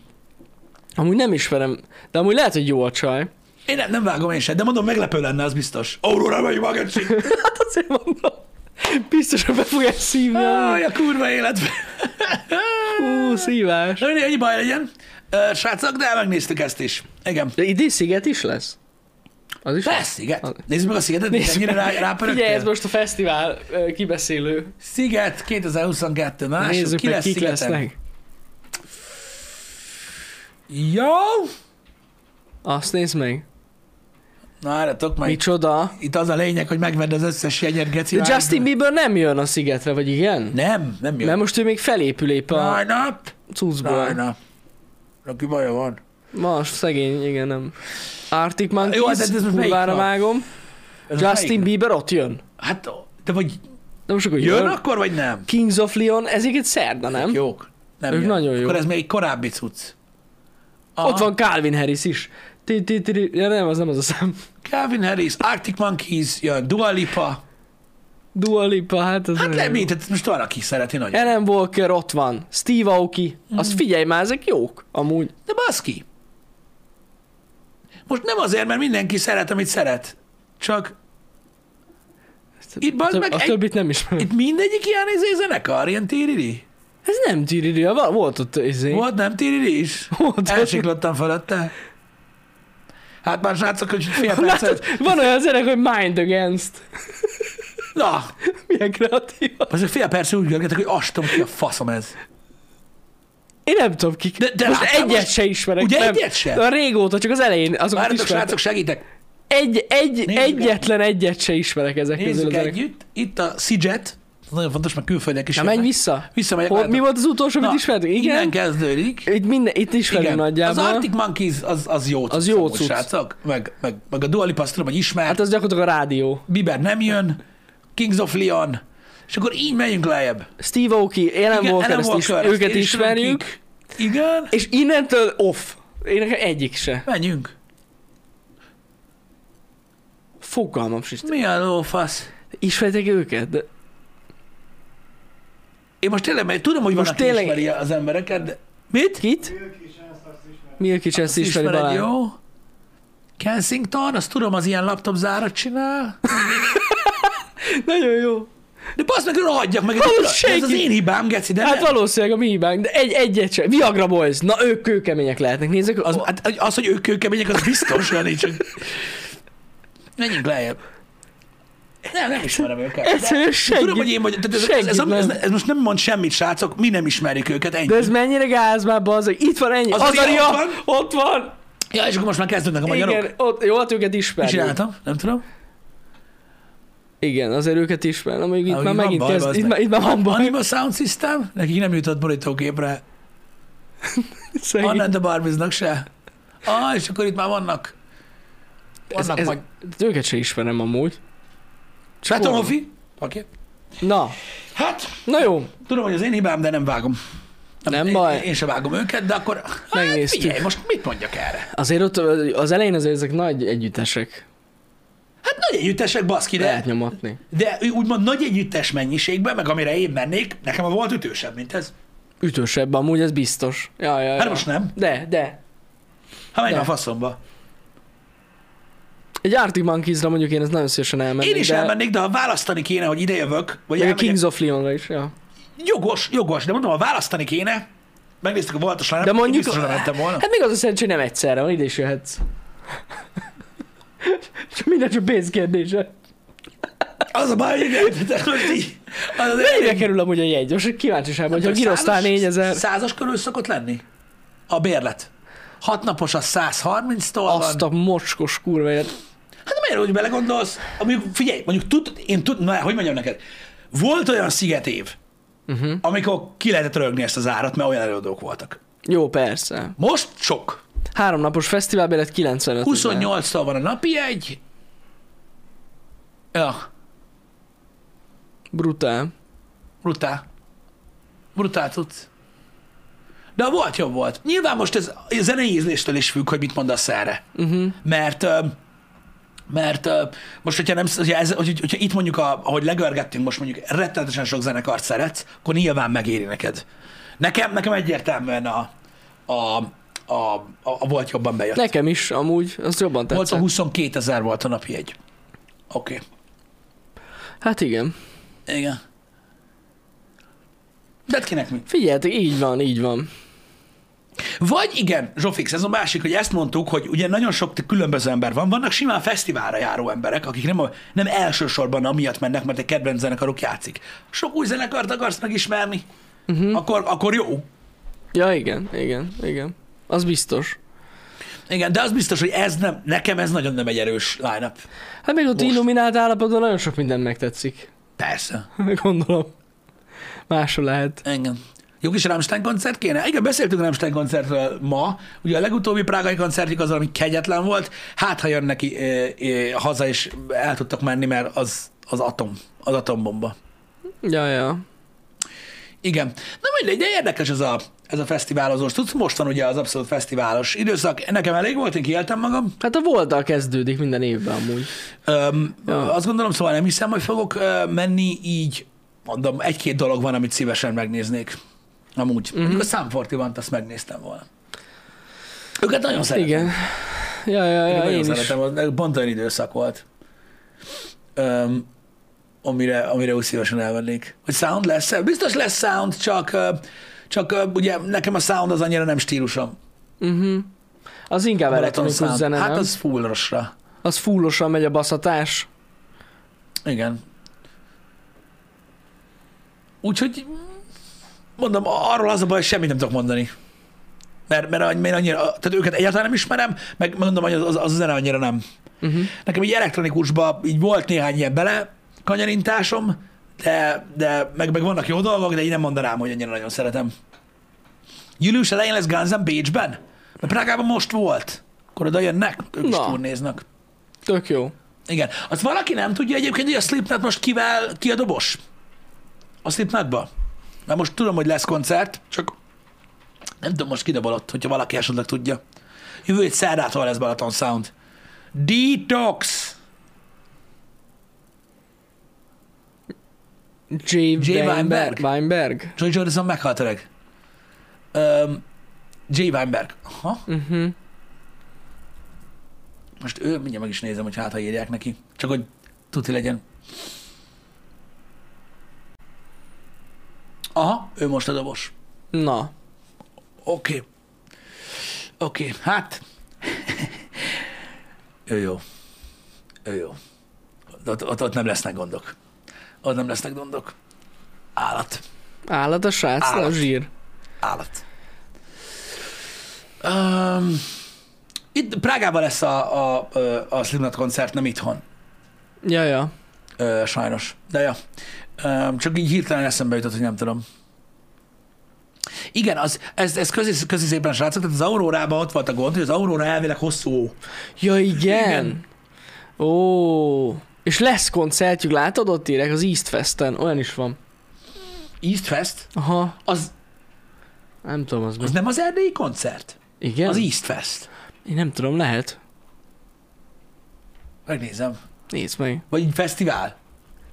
Speaker 2: Amúgy nem ismerem, de amúgy lehet, hogy jó a csaj.
Speaker 1: Én nem, nem vágom én sem, de mondom, meglepő lenne, az biztos. Aurora vagy magacsi.
Speaker 2: Hát azért mondom, biztos, hogy be fogják szívni. amúgy.
Speaker 1: Aj, a kurva élet.
Speaker 2: Ú, szívás.
Speaker 1: Na, mindegy, Ennyi baj legyen, Ö, srácok, de megnéztük ezt is. Igen.
Speaker 2: De idén sziget is lesz? Az is
Speaker 1: Lesz, sziget. Nézzük meg a szigetet, ennyire rá, rápörögtél.
Speaker 2: Figyelj, ez most a fesztivál ö, kibeszélő.
Speaker 1: Sziget 2022, mások,
Speaker 2: Nézzük
Speaker 1: ki
Speaker 2: meg,
Speaker 1: lesz
Speaker 2: kik
Speaker 1: szigeten?
Speaker 2: lesznek.
Speaker 1: Jó!
Speaker 2: Azt nézd meg.
Speaker 1: Na, álljatok meg.
Speaker 2: Micsoda.
Speaker 1: Itt az a lényeg, hogy megvedd az összes jegyet, Geci.
Speaker 2: De
Speaker 1: várj.
Speaker 2: Justin Bieber nem jön a szigetre, vagy igen?
Speaker 1: Nem, nem jön.
Speaker 2: Mert
Speaker 1: Nem.
Speaker 2: most ő még felépül épp a
Speaker 1: Nájna,
Speaker 2: cuccból.
Speaker 1: nájna. Aki baja van.
Speaker 2: Más, szegény, igen, nem. Arctic
Speaker 1: Jó, de ez
Speaker 2: Monkeys,
Speaker 1: most melyik
Speaker 2: kurvára
Speaker 1: nap?
Speaker 2: vágom.
Speaker 1: Ez
Speaker 2: Justin
Speaker 1: melyik?
Speaker 2: Bieber ott jön.
Speaker 1: Hát, de vagy
Speaker 2: De most akkor
Speaker 1: jön
Speaker 2: jön.
Speaker 1: akkor, vagy nem?
Speaker 2: Kings of Leon, ez egy szerda, nem?
Speaker 1: Jók. Nem
Speaker 2: Ők
Speaker 1: jön.
Speaker 2: nagyon jók.
Speaker 1: Akkor ez még egy korábbi cucc. Aha.
Speaker 2: Ott van Calvin Harris is. Ti, ti, ti, ti- ja, nem, az nem az a szám.
Speaker 1: Calvin Harris, Arctic Monkeys, jön Dua Lipa.
Speaker 2: Dua Lipa, hát az
Speaker 1: Hát nem,
Speaker 2: nem.
Speaker 1: mint, hát most van, aki szereti nagyon.
Speaker 2: Ellen Walker ott van, Steve Aoki, azt figyelj már, ezek jók, amúgy.
Speaker 1: De baszki. Most nem azért, mert mindenki szeret, amit szeret.
Speaker 2: Hm.
Speaker 1: Csak Itt
Speaker 2: a,
Speaker 1: bazd
Speaker 2: töb-
Speaker 1: meg
Speaker 2: a
Speaker 1: egy-
Speaker 2: többit nem ismerem.
Speaker 1: itt mindegyik ilyen izé zenekar, ilyen tíriri.
Speaker 2: Ez nem Tiriri, val- volt ott izé.
Speaker 1: Volt nem tíriri is?
Speaker 2: Volt.
Speaker 1: Elsiklottam fölötte. Hát már srácok, hogy fél
Speaker 2: Látod,
Speaker 1: percet.
Speaker 2: van olyan zenek, hogy Mind Against.
Speaker 1: Na,
Speaker 2: Milyen kreatív.
Speaker 1: az egy fél perc úgy görgetek, hogy astom, ki a faszom ez.
Speaker 2: Én nem tudom kik.
Speaker 1: De- de
Speaker 2: most
Speaker 1: láttál
Speaker 2: egyet
Speaker 1: most-
Speaker 2: se ismerek.
Speaker 1: Ugye
Speaker 2: nem.
Speaker 1: egyet se?
Speaker 2: De régóta, csak az elején azokat
Speaker 1: Várjatok,
Speaker 2: ismertem.
Speaker 1: srácok, segítek.
Speaker 2: Egy, egy,
Speaker 1: Nézzük
Speaker 2: egyetlen egyet se ismerek ezek közül
Speaker 1: Nézzük
Speaker 2: az zenek.
Speaker 1: együtt. Itt a Siget. Ez nagyon fontos, mert külföldnek is
Speaker 2: Na,
Speaker 1: jönnek.
Speaker 2: menj vissza.
Speaker 1: Visszamegyek.
Speaker 2: Hol, mi
Speaker 1: várjatok.
Speaker 2: volt az utolsó, amit
Speaker 1: Na,
Speaker 2: ismertünk? Igen?
Speaker 1: Innen kezdődik.
Speaker 2: Itt, minden, itt ismerünk
Speaker 1: Az
Speaker 2: nagyjából.
Speaker 1: Arctic Monkeys az, az jó cucc.
Speaker 2: Az jó
Speaker 1: amúgy,
Speaker 2: cucc.
Speaker 1: Srácok. Meg, meg, meg a Dua Lipa, azt tudom, hogy ismert.
Speaker 2: Hát az gyakorlatilag a rádió.
Speaker 1: Bieber nem jön, Kings of Leon, és akkor így megyünk lejjebb.
Speaker 2: Steve Aoki, Ellen
Speaker 1: Igen,
Speaker 2: Walker,
Speaker 1: Alan
Speaker 2: ezt is,
Speaker 1: Walker, ezt
Speaker 2: őket
Speaker 1: én is tudom,
Speaker 2: ismerjük,
Speaker 1: kik. Igen,
Speaker 2: és innentől off. Én nekem egyik se.
Speaker 1: menjünk.
Speaker 2: Fogalmam sincs.
Speaker 1: Mi a lófasz?
Speaker 2: Ismertek őket? De
Speaker 1: Én most tényleg, mert tudom, hogy van,
Speaker 2: Most
Speaker 1: aki
Speaker 2: tényleg-
Speaker 1: ismeri az embereket, de... Mit?
Speaker 2: kit?
Speaker 3: Milky Chance azt ismerem.
Speaker 2: Milky Chance ismeri
Speaker 1: Ismered,
Speaker 2: Balázs.
Speaker 1: jó? Kensington, azt tudom, az ilyen laptop zárat csinál.
Speaker 2: Nagyon jó.
Speaker 1: De bassz meg, rohadjak meg, ez,
Speaker 2: Hallod,
Speaker 1: a- ez az
Speaker 2: senki-
Speaker 1: én hibám, geci, de
Speaker 2: Hát
Speaker 1: hát,
Speaker 2: valószínűleg a mi hibánk, de egy, egyet sem. Viagra Boys, na ők kőkemények lehetnek, nézzük.
Speaker 1: az,
Speaker 2: Az,
Speaker 1: hát, az, hogy ők kőkemények, az biztos, de nincs. hogy- Menjünk lejjebb. Nem, nem ismerem őket. de
Speaker 2: egyszerűen senki.
Speaker 1: Tudom, hogy én vagy, tehát ez, ez, ez,
Speaker 2: senkit
Speaker 1: ez,
Speaker 2: nem.
Speaker 1: ez, ez, most nem mond semmit, srácok, mi nem ismerjük őket, ennyi.
Speaker 2: De ez mennyire gáz már, bazeg. Itt van ennyi.
Speaker 1: Az
Speaker 2: Az,
Speaker 1: Aria
Speaker 2: Aria,
Speaker 1: ott van?
Speaker 2: ott van.
Speaker 1: Ja, és akkor most már kezdődnek a magyarok.
Speaker 2: Igen, ott, jó, hát őket
Speaker 1: Mit
Speaker 2: ismerjük.
Speaker 1: csináltam? Nem tudom.
Speaker 2: Igen, azért őket ismerem, amíg itt
Speaker 1: Ahogy
Speaker 2: már
Speaker 1: van
Speaker 2: megint
Speaker 1: baj,
Speaker 2: kezd.
Speaker 1: bazd
Speaker 2: Itt
Speaker 1: meg.
Speaker 2: már, itt már van baj.
Speaker 1: Anima Sound System, nekik nem jutott borítóképre.
Speaker 2: Szegény.
Speaker 1: Anna and the Barbiesnak se. Ah, és akkor itt már vannak.
Speaker 2: ez,
Speaker 1: Vannak
Speaker 2: ez,
Speaker 1: majd.
Speaker 2: Őket se ismerem amúgy.
Speaker 1: Csak
Speaker 2: Hol?
Speaker 1: Hofi? Oké.
Speaker 2: Na,
Speaker 1: Hát,
Speaker 2: na jó,
Speaker 1: tudom, hogy az én hibám, de nem vágom.
Speaker 2: Nem
Speaker 1: én,
Speaker 2: baj.
Speaker 1: Én sem vágom őket, de akkor... Hát,
Speaker 2: Megnéztük.
Speaker 1: figyelj, most mit mondjak erre?
Speaker 2: azért ott az elején azért ezek nagy együttesek.
Speaker 1: Hát nagy együttesek, baszki, de,
Speaker 2: Lehet nyomatni.
Speaker 1: de úgymond nagy együttes mennyiségben, meg amire én mennék, nekem a volt ütősebb, mint ez.
Speaker 2: Ütősebb amúgy, ez biztos. Ja, ja, ja.
Speaker 1: Hát most nem.
Speaker 2: De, de.
Speaker 1: Ha menj
Speaker 2: De.
Speaker 1: a faszomba.
Speaker 2: Egy Arctic Monkeysra mondjuk én ezt nagyon szívesen elmennék.
Speaker 1: Én is
Speaker 2: de...
Speaker 1: elmennék, de ha választani kéne, hogy idejövök, vagy
Speaker 2: Meg a
Speaker 1: elmegyek
Speaker 2: Kings of Leonra is, ja.
Speaker 1: Jogos, jogos, de mondom, ha választani kéne, megnéztük a voltos lányát,
Speaker 2: De mondjuk-
Speaker 1: biztosan nem mentem volna.
Speaker 2: Hát még az a szerencsé, hogy nem egyszerre van, ide is jöhetsz. Csak minden csak pénz kérdése.
Speaker 1: Az a baj, igen, de most így. Az az
Speaker 2: Mennyire kerül amúgy a jegy? Most kíváncsiság
Speaker 1: Hát
Speaker 2: vagy, ha girosztál 4000.
Speaker 1: Százas körül szokott lenni a bérlet. Hat napos a 130-tól
Speaker 2: Azt
Speaker 1: van.
Speaker 2: a mocskos kurva élet.
Speaker 1: Hát de miért úgy belegondolsz? Mondjuk, figyelj, mondjuk tud, én tud, na, hogy mondjam neked, volt olyan szigetév,
Speaker 2: Mhm.
Speaker 1: uh-huh. amikor ki lehetett rögni ezt az árat, mert olyan előadók voltak.
Speaker 2: Jó, persze.
Speaker 1: Most sok.
Speaker 2: Három napos fesztiválbélet 95.
Speaker 1: 28-tól van a napi egy. Ja.
Speaker 2: Brutál.
Speaker 1: Brutál. Brutál tudsz. De volt jobb volt. Nyilván most ez a zenei ízléstől is függ, hogy mit mondasz erre. Uh-huh. Mert ö, mert ö, most, hogyha, nem, hogyha, ez, hogy- hogyha itt mondjuk, a, ahogy legörgettünk, most mondjuk rettenetesen sok zenekart szeretsz, akkor nyilván megéri neked. Nekem, nekem egyértelműen a, a, a, a, a volt jobban bejött.
Speaker 2: Nekem is amúgy, az jobban
Speaker 1: volt a
Speaker 2: tetszett.
Speaker 1: 22 ezer volt a napi egy. Oké. Okay.
Speaker 2: Hát igen.
Speaker 1: Igen. De hát kinek mi?
Speaker 2: Figyeljetek, így van, így van.
Speaker 1: Vagy igen, Zsófix, ez a másik, hogy ezt mondtuk, hogy ugye nagyon sok különböző ember van, vannak simán fesztiválra járó emberek, akik nem, a, nem elsősorban amiatt mennek, mert egy kedvenc zenekarok játszik. Sok új zenekart akarsz megismerni, uh-huh. akkor, akkor jó.
Speaker 2: Ja, igen, igen, igen. Az biztos.
Speaker 1: Igen, de az biztos, hogy ez nem, nekem ez nagyon nem egy erős line
Speaker 2: Hát még ott
Speaker 1: Most.
Speaker 2: illuminált állapotban nagyon sok minden megtetszik.
Speaker 1: Persze.
Speaker 2: Gondolom. Máshol lehet.
Speaker 1: Engem. Jó kis Rammstein koncert kéne? Igen, beszéltünk Rammstein koncertről ma. Ugye a legutóbbi prágai koncertjük az, ami kegyetlen volt. Hát, ha jön neki ö, ö, haza, és el tudtak menni, mert az, az atom, az atombomba.
Speaker 2: Ja, ja.
Speaker 1: Igen. Na mindegy, de érdekes ez a, ez a fesztiválozós. Tudsz, most van ugye az abszolút fesztiválos időszak. Nekem elég volt, én kiéltem magam.
Speaker 2: Hát a voltal kezdődik minden évben amúgy.
Speaker 1: Öm,
Speaker 2: Ja.
Speaker 1: Azt gondolom, szóval nem hiszem, hogy fogok ö, menni így. Mondom, egy-két dolog van, amit szívesen megnéznék. Amúgy.
Speaker 2: Mhm.
Speaker 1: Mm-hmm. Mondjuk a Sam 41 azt megnéztem volna. Őket nagyon szeretem.
Speaker 2: Igen. Ja, ja,
Speaker 1: Őket
Speaker 2: ja,
Speaker 1: nagyon
Speaker 2: én is.
Speaker 1: szeretem. Az- Pont olyan időszak volt, öm, amire, amire úgy szívesen elvennék. Hogy sound lesz Biztos lesz sound, csak, ö, csak ö, ugye nekem a sound az annyira nem stílusom.
Speaker 2: Uh-huh. Az inkább
Speaker 1: Balaton
Speaker 2: elektronikus
Speaker 1: sound.
Speaker 2: zene,
Speaker 1: Hát
Speaker 2: nem?
Speaker 1: az fullosra.
Speaker 2: Az fullosan megy a baszatás.
Speaker 1: Igen. Úgyhogy mondom, arról az a baj, semmit nem tudok mondani. Mert, mert, annyi- mert annyira, tehát őket egyáltalán nem ismerem, meg mondom, hogy az, az, az a zene annyira nem.
Speaker 2: Uh-huh.
Speaker 1: Nekem így elektronikusba így volt néhány ilyen bele kanyarintásom, de, de meg, meg vannak jó dolgok, de így nem mondanám, hogy annyira nagyon szeretem. Július elején lesz Guns N' Bécsben? Mert Prágában most volt. Akkor oda jönnek, ők is
Speaker 2: Na.
Speaker 1: turnéznak.
Speaker 2: Tök jó.
Speaker 1: Igen. Azt valaki nem tudja egyébként, hogy a Slipknot most kivel, ki a dobos? A Slipknotba? Mert most tudom, hogy lesz koncert, csak nem tudom most ki dobol ott, hogyha valaki esetleg tudja. Jövő egy szerdától lesz Balaton Sound. Detox!
Speaker 2: J. Weinberg.
Speaker 1: Weinberg.
Speaker 2: Weinberg.
Speaker 1: Joy Jordison meghalt öreg. Um, J. Weinberg. Aha.
Speaker 2: Uh-huh.
Speaker 1: Most ő, mindjárt meg is nézem, hogy hát, ha írják neki. Csak hogy tuti legyen. Aha, ő most a dobos.
Speaker 2: Na.
Speaker 1: Oké. Okay. Oké, okay. hát. ő jó. Ő jó. Ott, ott, ott nem lesznek gondok. Ott nem lesznek gondok. Állat.
Speaker 2: Állat a srác,
Speaker 1: Állat.
Speaker 2: a zsír.
Speaker 1: Állat. Um, itt Prágában lesz a, a, a, a Slipknot koncert, nem itthon.
Speaker 2: Ja, ja.
Speaker 1: Ö, sajnos. De ja. Ö, csak így hirtelen eszembe jutott, hogy nem tudom. Igen, az, ez, ez közi, közi szépen srácok, tehát az Aurórában ott volt a gond, hogy az Aurora elvileg hosszú.
Speaker 2: Ja, igen.
Speaker 1: Igen.
Speaker 2: Ó. És lesz koncertjük, látod ott írek? Az East Festen, olyan is van.
Speaker 1: East Fest,
Speaker 2: Aha,
Speaker 1: az,
Speaker 2: nem tudom, az,
Speaker 1: az
Speaker 2: az
Speaker 1: nem az erdélyi koncert?
Speaker 2: Igen?
Speaker 1: Az East Fest.
Speaker 2: Én nem tudom, lehet.
Speaker 1: Megnézem.
Speaker 2: Nézd meg.
Speaker 1: Vagy így fesztivál.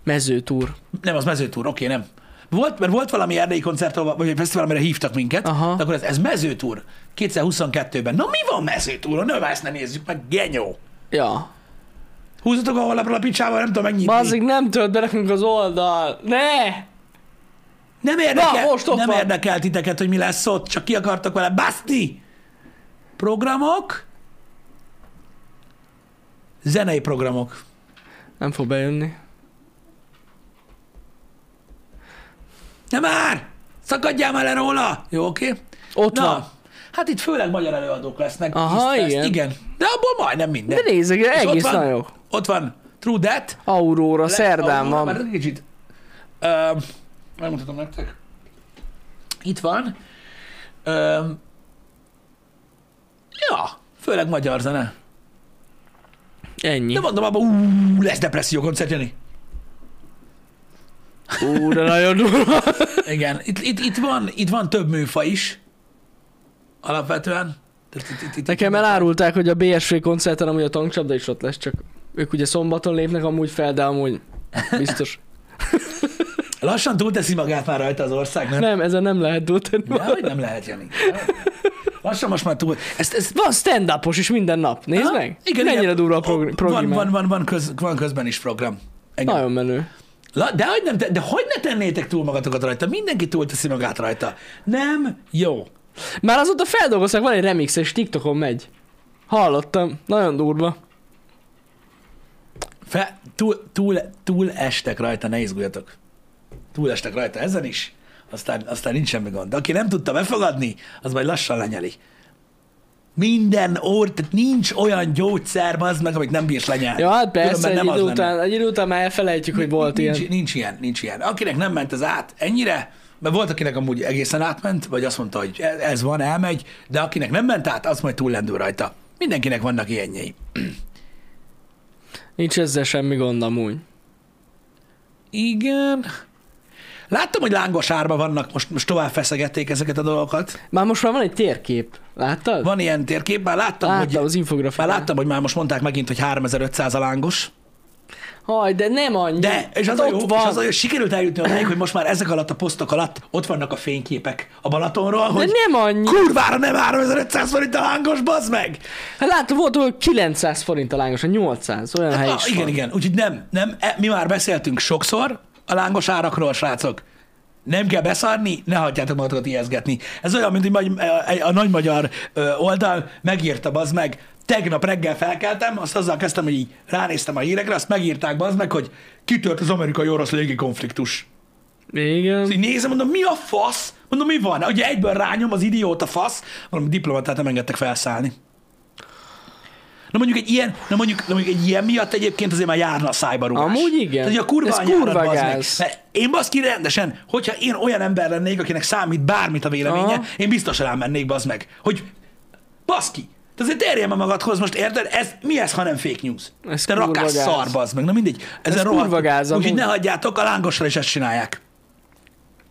Speaker 2: Mezőtúr.
Speaker 1: Nem, az mezőtúr, oké, nem. Volt, mert volt valami erdélyi koncert, ahova- vagy egy fesztivál, amire hívtak minket,
Speaker 2: Aha.
Speaker 1: de akkor ez, ez mezőtúr. 2022-ben. Na mi van mezőtúron? Nem, ezt nem nézzük meg, genyó.
Speaker 2: Ja.
Speaker 1: Húzatok a honlapról a picsával, nem tudom megnyitni.
Speaker 2: Bazzik, nem tölt be nekünk az oldal. Ne!
Speaker 1: Nem érdekel,
Speaker 2: Na, most ott
Speaker 1: nem
Speaker 2: van.
Speaker 1: érdekel titeket, hogy mi lesz ott, csak ki akartak vele baszni. Programok. Zenei programok.
Speaker 2: Nem fog bejönni.
Speaker 1: Nem már! Szakadjál már le róla! Jó, oké? Okay?
Speaker 2: Ott
Speaker 1: Na,
Speaker 2: van.
Speaker 1: hát itt főleg magyar előadók lesznek.
Speaker 2: Aha,
Speaker 1: East Fest,
Speaker 2: igen.
Speaker 1: igen. De abból majdnem minden.
Speaker 2: De nézzük,
Speaker 1: És ott
Speaker 2: egész
Speaker 1: van-
Speaker 2: nagyon jó.
Speaker 1: Ott van True Death.
Speaker 2: Aurora, szerdán
Speaker 1: Aurora,
Speaker 2: van.
Speaker 1: Már kicsit. Uh, megmutatom nektek. Itt van. Uh, ja, főleg magyar zene.
Speaker 2: Ennyi.
Speaker 1: De mondom, abban ú, lesz depresszió koncert, Jani.
Speaker 2: Ú, de nagyon durva.
Speaker 1: Igen, itt, itt, itt, van, itt van több műfa is. Alapvetően. Tehát itt- itt- itt-
Speaker 2: Nekem
Speaker 1: itt-
Speaker 2: elárulták, hogy a BSV koncerten amúgy a tankcsapda is ott lesz, csak ők ugye szombaton lépnek amúgy fel, de amúgy biztos.
Speaker 1: Lassan túlteszi magát már rajta az ország, nem?
Speaker 2: Nem, ezen nem lehet dúltani.
Speaker 1: De, hogy nem lehet, Jani. Lassan most már túl. Ezt, ezt
Speaker 2: Van stand upos is minden nap, nézd
Speaker 1: Ha?
Speaker 2: meg! Mennyire durva a prog- program.
Speaker 1: Van, van, van, van, köz, van közben is program. Igen.
Speaker 2: Nagyon menő.
Speaker 1: La, de, hogy nem, te- de hogy ne tennétek túl magatokat rajta? Mindenki túl teszi magát rajta. Nem jó.
Speaker 2: Már azóta feldolgozták, van egy remix, és TikTokon megy. Hallottam, nagyon durva.
Speaker 1: Fe, túl, túl, túl estek rajta, ne izguljatok. Túl estek rajta ezen is, aztán, aztán nincs semmi gond. De aki nem tudta befogadni, az majd lassan lenyeli. Minden ór, tehát nincs olyan gyógyszer, az meg, amit nem bírsz lenyelni.
Speaker 2: Ja, hát persze,
Speaker 1: Különben
Speaker 2: egy
Speaker 1: az
Speaker 2: idő,
Speaker 1: lenne.
Speaker 2: után, egy idő után már elfelejtjük, hogy volt
Speaker 1: nincs,
Speaker 2: ilyen.
Speaker 1: Nincs ilyen, nincs ilyen. Akinek nem ment ez át ennyire, mert volt, akinek amúgy egészen átment, vagy azt mondta, hogy e- ez van, elmegy, de akinek nem ment át, az majd túllendül rajta. Mindenkinek vannak ilyenjei.
Speaker 2: Nincs ezzel semmi gond amúgy.
Speaker 1: Igen. Láttam, hogy lángos árba vannak, most, most tovább feszegették ezeket a dolgokat.
Speaker 2: Már most már van egy térkép, láttad?
Speaker 1: Van ilyen térkép, már láttam,
Speaker 2: Láttam
Speaker 1: hogy,
Speaker 2: az infografikát.
Speaker 1: már láttam, hogy már most mondták megint, hogy 3500 a lángos.
Speaker 2: Haj, de nem annyi.
Speaker 1: De, és az, a
Speaker 2: Hát ott
Speaker 1: jó,
Speaker 2: van.
Speaker 1: és az a jó, hogy sikerült eljutni odáig, hogy most már ezek alatt a posztok alatt ott vannak a fényképek a Balatonról,
Speaker 2: de
Speaker 1: hogy
Speaker 2: nem annyi.
Speaker 1: Kurvára nem 3500 forint a lángos, bazd meg!
Speaker 2: Hát látod, volt, hogy 900 forint a lángos, a 800, olyan hely
Speaker 1: Ah,
Speaker 2: is
Speaker 1: igen,
Speaker 2: van.
Speaker 1: igen, úgyhogy nem, nem, e, mi már beszéltünk sokszor a lángos árakról, srácok. Nem kell beszarni, ne hagyjátok magatokat ijeszgetni. Ez olyan, mint egy, magy- e, a nagy magyar ö, oldal megírta, bazd meg, tegnap reggel felkeltem, azt azzal kezdtem, hogy így ránéztem a hírekre, azt megírták, bazd meg, hogy kitört az amerikai-orosz légi konfliktus.
Speaker 2: Igen.
Speaker 1: Így nézem, mondom, mi a fasz? Mondom, mi van? Ugye egyből rányom az idióta fasz, valami diplomatát nem engedtek felszállni. Na mondjuk egy ilyen, na mondjuk, na mondjuk egy ilyen miatt egyébként azért már járna a szájba rúgás.
Speaker 2: Amúgy igen.
Speaker 1: Tehát, hogy a kurva
Speaker 2: Ez
Speaker 1: anyádat,
Speaker 2: kurva
Speaker 1: bazd meg.
Speaker 2: gáz.
Speaker 1: Mert Én basz ki rendesen, hogyha én olyan ember lennék, akinek számít bármit a véleménye,
Speaker 2: Aha.
Speaker 1: én biztos rámennék, bazd meg. Hogy basz ki. Te azért terjem a magadhoz, most érted? Ez, mi ez, ha nem fake news?
Speaker 2: Ez
Speaker 1: Ez Te
Speaker 2: kurva
Speaker 1: rakás
Speaker 2: gáz.
Speaker 1: szar, bazd meg. Na mindegy. Ezen
Speaker 2: kurva
Speaker 1: rohadtul-
Speaker 2: gáz
Speaker 1: Úgyhogy
Speaker 2: amúgy.
Speaker 1: ne hagyjátok, a lángosra is ezt csinálják.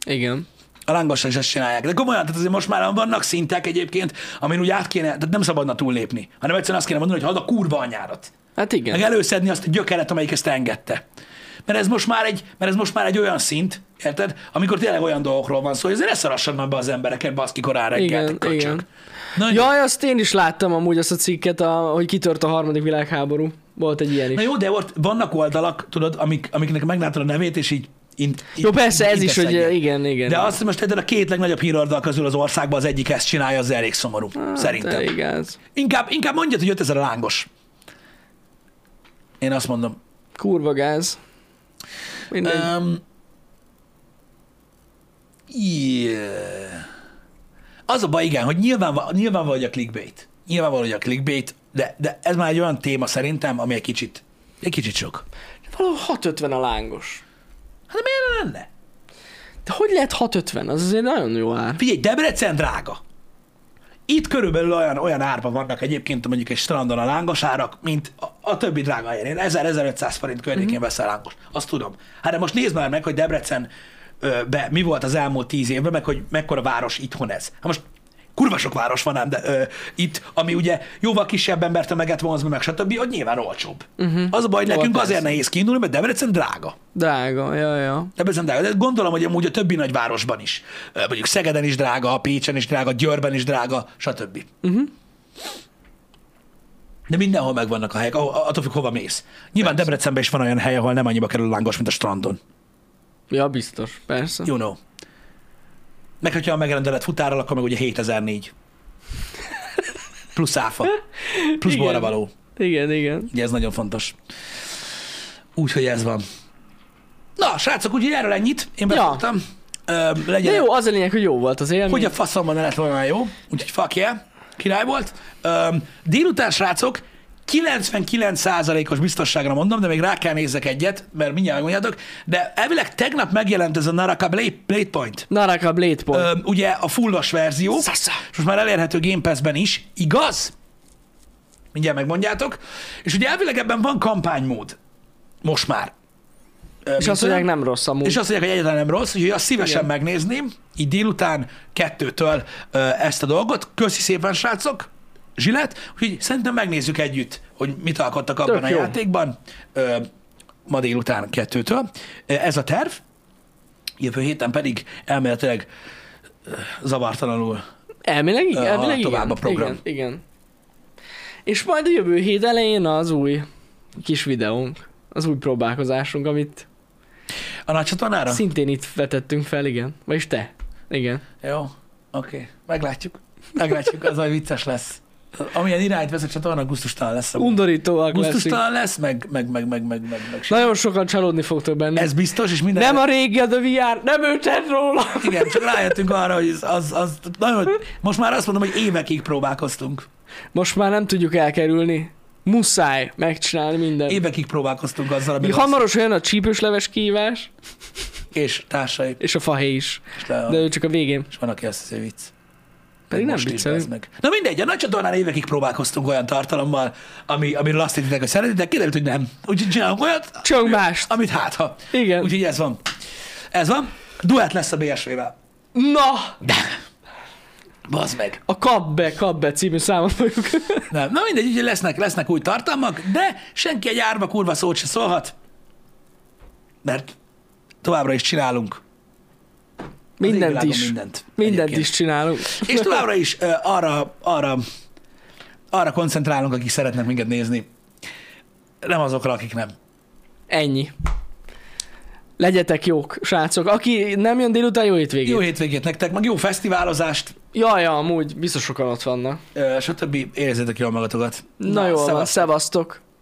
Speaker 2: Igen.
Speaker 1: A lángosan is ezt csinálják. De komolyan, tehát azért most már vannak szintek egyébként, amin úgy át kéne, tehát nem szabadna túllépni, hanem egyszerűen azt kéne mondani, hogy hadd a kurva anyárat.
Speaker 2: Hát igen.
Speaker 1: Meg előszedni azt a gyökeret, amelyik ezt engedte. mert ez most már egy, mert ez most már egy olyan szint, érted? Amikor tényleg olyan dolgokról van szó, hogy azért ne szarassad már be az embereket, baszki korán reggel,
Speaker 2: Igen,
Speaker 1: te köcsög.
Speaker 2: igen.
Speaker 1: Na,
Speaker 2: Jaj, azt én is láttam amúgy azt a cikket, a, hogy kitört a harmadik világháború. Volt egy ilyen is.
Speaker 1: Na jó, de ott vannak oldalak, tudod, amik, amiknek meglátod a nevét, és így... Int,
Speaker 2: Jó, persze, ez is, hogy eh,
Speaker 1: intesszeged.
Speaker 2: igen, igen.
Speaker 1: De azt hogy most érted, a két legnagyobb híroldal közül az országban az egyik ezt csinálja, az elég szomorú,
Speaker 2: Hát,
Speaker 1: szerintem.
Speaker 2: de igaz.
Speaker 1: Inkább, inkább mondjad, hogy 5000 a lángos. Én azt mondom.
Speaker 2: Kurva gáz. Mindegy.
Speaker 1: Um, yeah. Az a baj, igen, hogy nyilván, nyilvánvaló, hogy a clickbait. Nyilvánvaló, hogy a clickbait, de, de ez már egy olyan téma szerintem, ami egy kicsit, egy kicsit sok.
Speaker 2: Valahol 650 a lángos.
Speaker 1: Hát de miért ne lenne?
Speaker 2: De hogy lehet 650? Az azért nagyon jó ár.
Speaker 1: Figyelj, Debrecen drága. Itt körülbelül olyan, olyan árban vannak egyébként mondjuk egy strandon a lángos árak, mint a, a többi drága helyen. Én 1000-1500 forint környékén
Speaker 2: Mhm.
Speaker 1: uh-huh. veszel lángos. Azt tudom. Hát de most nézd már meg, hogy Debrecen ö, be, mi volt az elmúlt tíz évben, meg hogy mekkora város itthon ez. Hát most kurva sok város van ám de, ö, itt, ami ugye jóval kisebb embert tömeget vonz be, meg stb., hogy nyilván olcsóbb. Uh-huh. Az a baj, hogy
Speaker 2: Mhm. Jó,
Speaker 1: nekünk
Speaker 2: persze.
Speaker 1: azért nehéz kiindulni, mert Debrecen drága.
Speaker 2: Drága, ja, ja.
Speaker 1: Debrecen drága, de gondolom, hogy amúgy a többi nagyvárosban is. Ö, Mondjuk Szegeden is drága, Pécsen is drága, Győrben is drága, stb.
Speaker 2: Mhm.
Speaker 1: Uh-huh. De mindenhol megvannak a helyek, ahol- attól függ, hova mész. Nyilván Debrecenben is van olyan hely, ahol nem annyiba kerül a lángos, mint a strandon.
Speaker 2: Ja, biztos, persze.
Speaker 1: You know. Meg hogyha a megrendelett futárral, akkor meg ugye 7004. Plusz áfa. Plusz
Speaker 2: Igen.
Speaker 1: borra való.
Speaker 2: Igen, igen.
Speaker 1: Ugye ez nagyon fontos. Úgyhogy ez van. Na, srácok, úgyhogy erről ennyit. Én
Speaker 2: Ja.
Speaker 1: betudtam. Ja.
Speaker 2: De
Speaker 1: Legyen,
Speaker 2: jó, az a lényeg, hogy jó volt az élmény.
Speaker 1: hogy a faszomban ne lett volna olyan jó, úgyhogy fuck yeah, király volt. Öm, délután, srácok, 99%-os biztonságra mondom, de még rá kell nézzek egyet, mert mindjárt megmondjátok, de elvileg tegnap megjelent ez a Naraka Blade, Blade Point.
Speaker 2: Naraka Blade Point.
Speaker 1: Öm, ugye a fullos verzió,
Speaker 2: Szasza.
Speaker 1: és most már elérhető Game Pass-ben is, igaz? Mindjárt megmondjátok. És ugye elvileg ebben van kampánymód. Most már. Öm,
Speaker 2: és
Speaker 1: mint
Speaker 2: azt mondják,
Speaker 1: olyan-
Speaker 2: nem rossz amúgy.
Speaker 1: és azt mondják, hogy egyáltalán nem rossz, úgyhogy azt szívesen
Speaker 2: Igen.
Speaker 1: megnézném, így délután kettőtől ö, ezt a dolgot. Köszi szépen, srácok! Zsilet, úgyhogy szerintem megnézzük együtt, hogy mit alkottak abban
Speaker 2: Tök
Speaker 1: a
Speaker 2: jó.
Speaker 1: játékban ö, ma délután kettőtől. Ö, Ez a terv, jövő héten pedig elméletileg ö, zavartalanul.
Speaker 2: Elvileg, igen,
Speaker 1: Ö,
Speaker 2: elvileg
Speaker 1: tovább
Speaker 2: igen.
Speaker 1: a program.
Speaker 2: Igen, igen. És majd a jövő hét elején az új kis videónk, az új próbálkozásunk, amit
Speaker 1: A nagy csatornára?
Speaker 2: szintén itt vetettünk fel, igen. Vagyis te. Igen.
Speaker 1: Jó, oké. Okay. Meglátjuk. Meglátjuk, az majd vicces lesz. Amilyen irányt vesz a csatorna, gusztustalan lesz.
Speaker 2: Undorítóak leszünk.
Speaker 1: Gusztustalan lesz, meg, meg, meg, meg, meg, meg, meg
Speaker 2: Nagyon sokan csalódni fogtok benne.
Speaker 1: Ez biztos, és minden...
Speaker 2: nem a régi a The VR, nem ő tett róla.
Speaker 1: Igen, csak rájöttünk arra, hogy az, az, az nagyon, most már azt mondom, hogy évekig próbálkoztunk.
Speaker 2: Most már nem tudjuk elkerülni. Muszáj megcsinálni mindent.
Speaker 1: Évekig próbálkoztunk azzal, ami
Speaker 2: Még
Speaker 1: hamar...
Speaker 2: hamarosan jön a csípősleves kívás,
Speaker 1: és társai.
Speaker 2: és a fahé is.
Speaker 1: És, le,
Speaker 2: De
Speaker 1: De...
Speaker 2: ő csak a végén.
Speaker 1: és van, aki azt hiszi, hogy vicc.
Speaker 2: Pedig nem
Speaker 1: most is
Speaker 2: viccelünk.
Speaker 1: bazd meg. Na mindegy, a nagy csatornán évekig próbálkoztunk olyan tartalommal, ami, amiről azt hittitek, hogy szeretitek, kiderült, hogy nem. Úgyhogy csinálunk olyat,
Speaker 2: Csak mást.
Speaker 1: amit hát ha.
Speaker 2: Igen.
Speaker 1: Úgyhogy ez van. Ez van. Duett lesz a BSV-vel.
Speaker 2: Na!
Speaker 1: Bazd meg.
Speaker 2: A kap be, kap be című számot fogjuk.
Speaker 1: Nem. Na mindegy, ugye lesznek, lesznek új tartalmak, de senki egy árva kurva szót se szólhat, mert továbbra is csinálunk. Az
Speaker 2: Mindent
Speaker 1: égvilágon
Speaker 2: is. Mindent,
Speaker 1: Mindent.
Speaker 2: mindent
Speaker 1: egyébként.
Speaker 2: is csinálunk.
Speaker 1: És továbbra is ö, arra, arra, arra koncentrálunk, akik szeretnek minket nézni. Nem azokra, akik nem.
Speaker 2: Ennyi. Legyetek jók, srácok. Aki nem jön délután, jó hétvégét.
Speaker 1: Jó
Speaker 2: Jó.
Speaker 1: hétvégét nektek, meg jó fesztiválozást,
Speaker 2: Ja, ja, amúgy biztos sokan ott vannak.
Speaker 1: ö, stb. Érezzétek jól magatokat.
Speaker 2: Na, Na jól van,
Speaker 1: szevasz.
Speaker 2: szevasztok.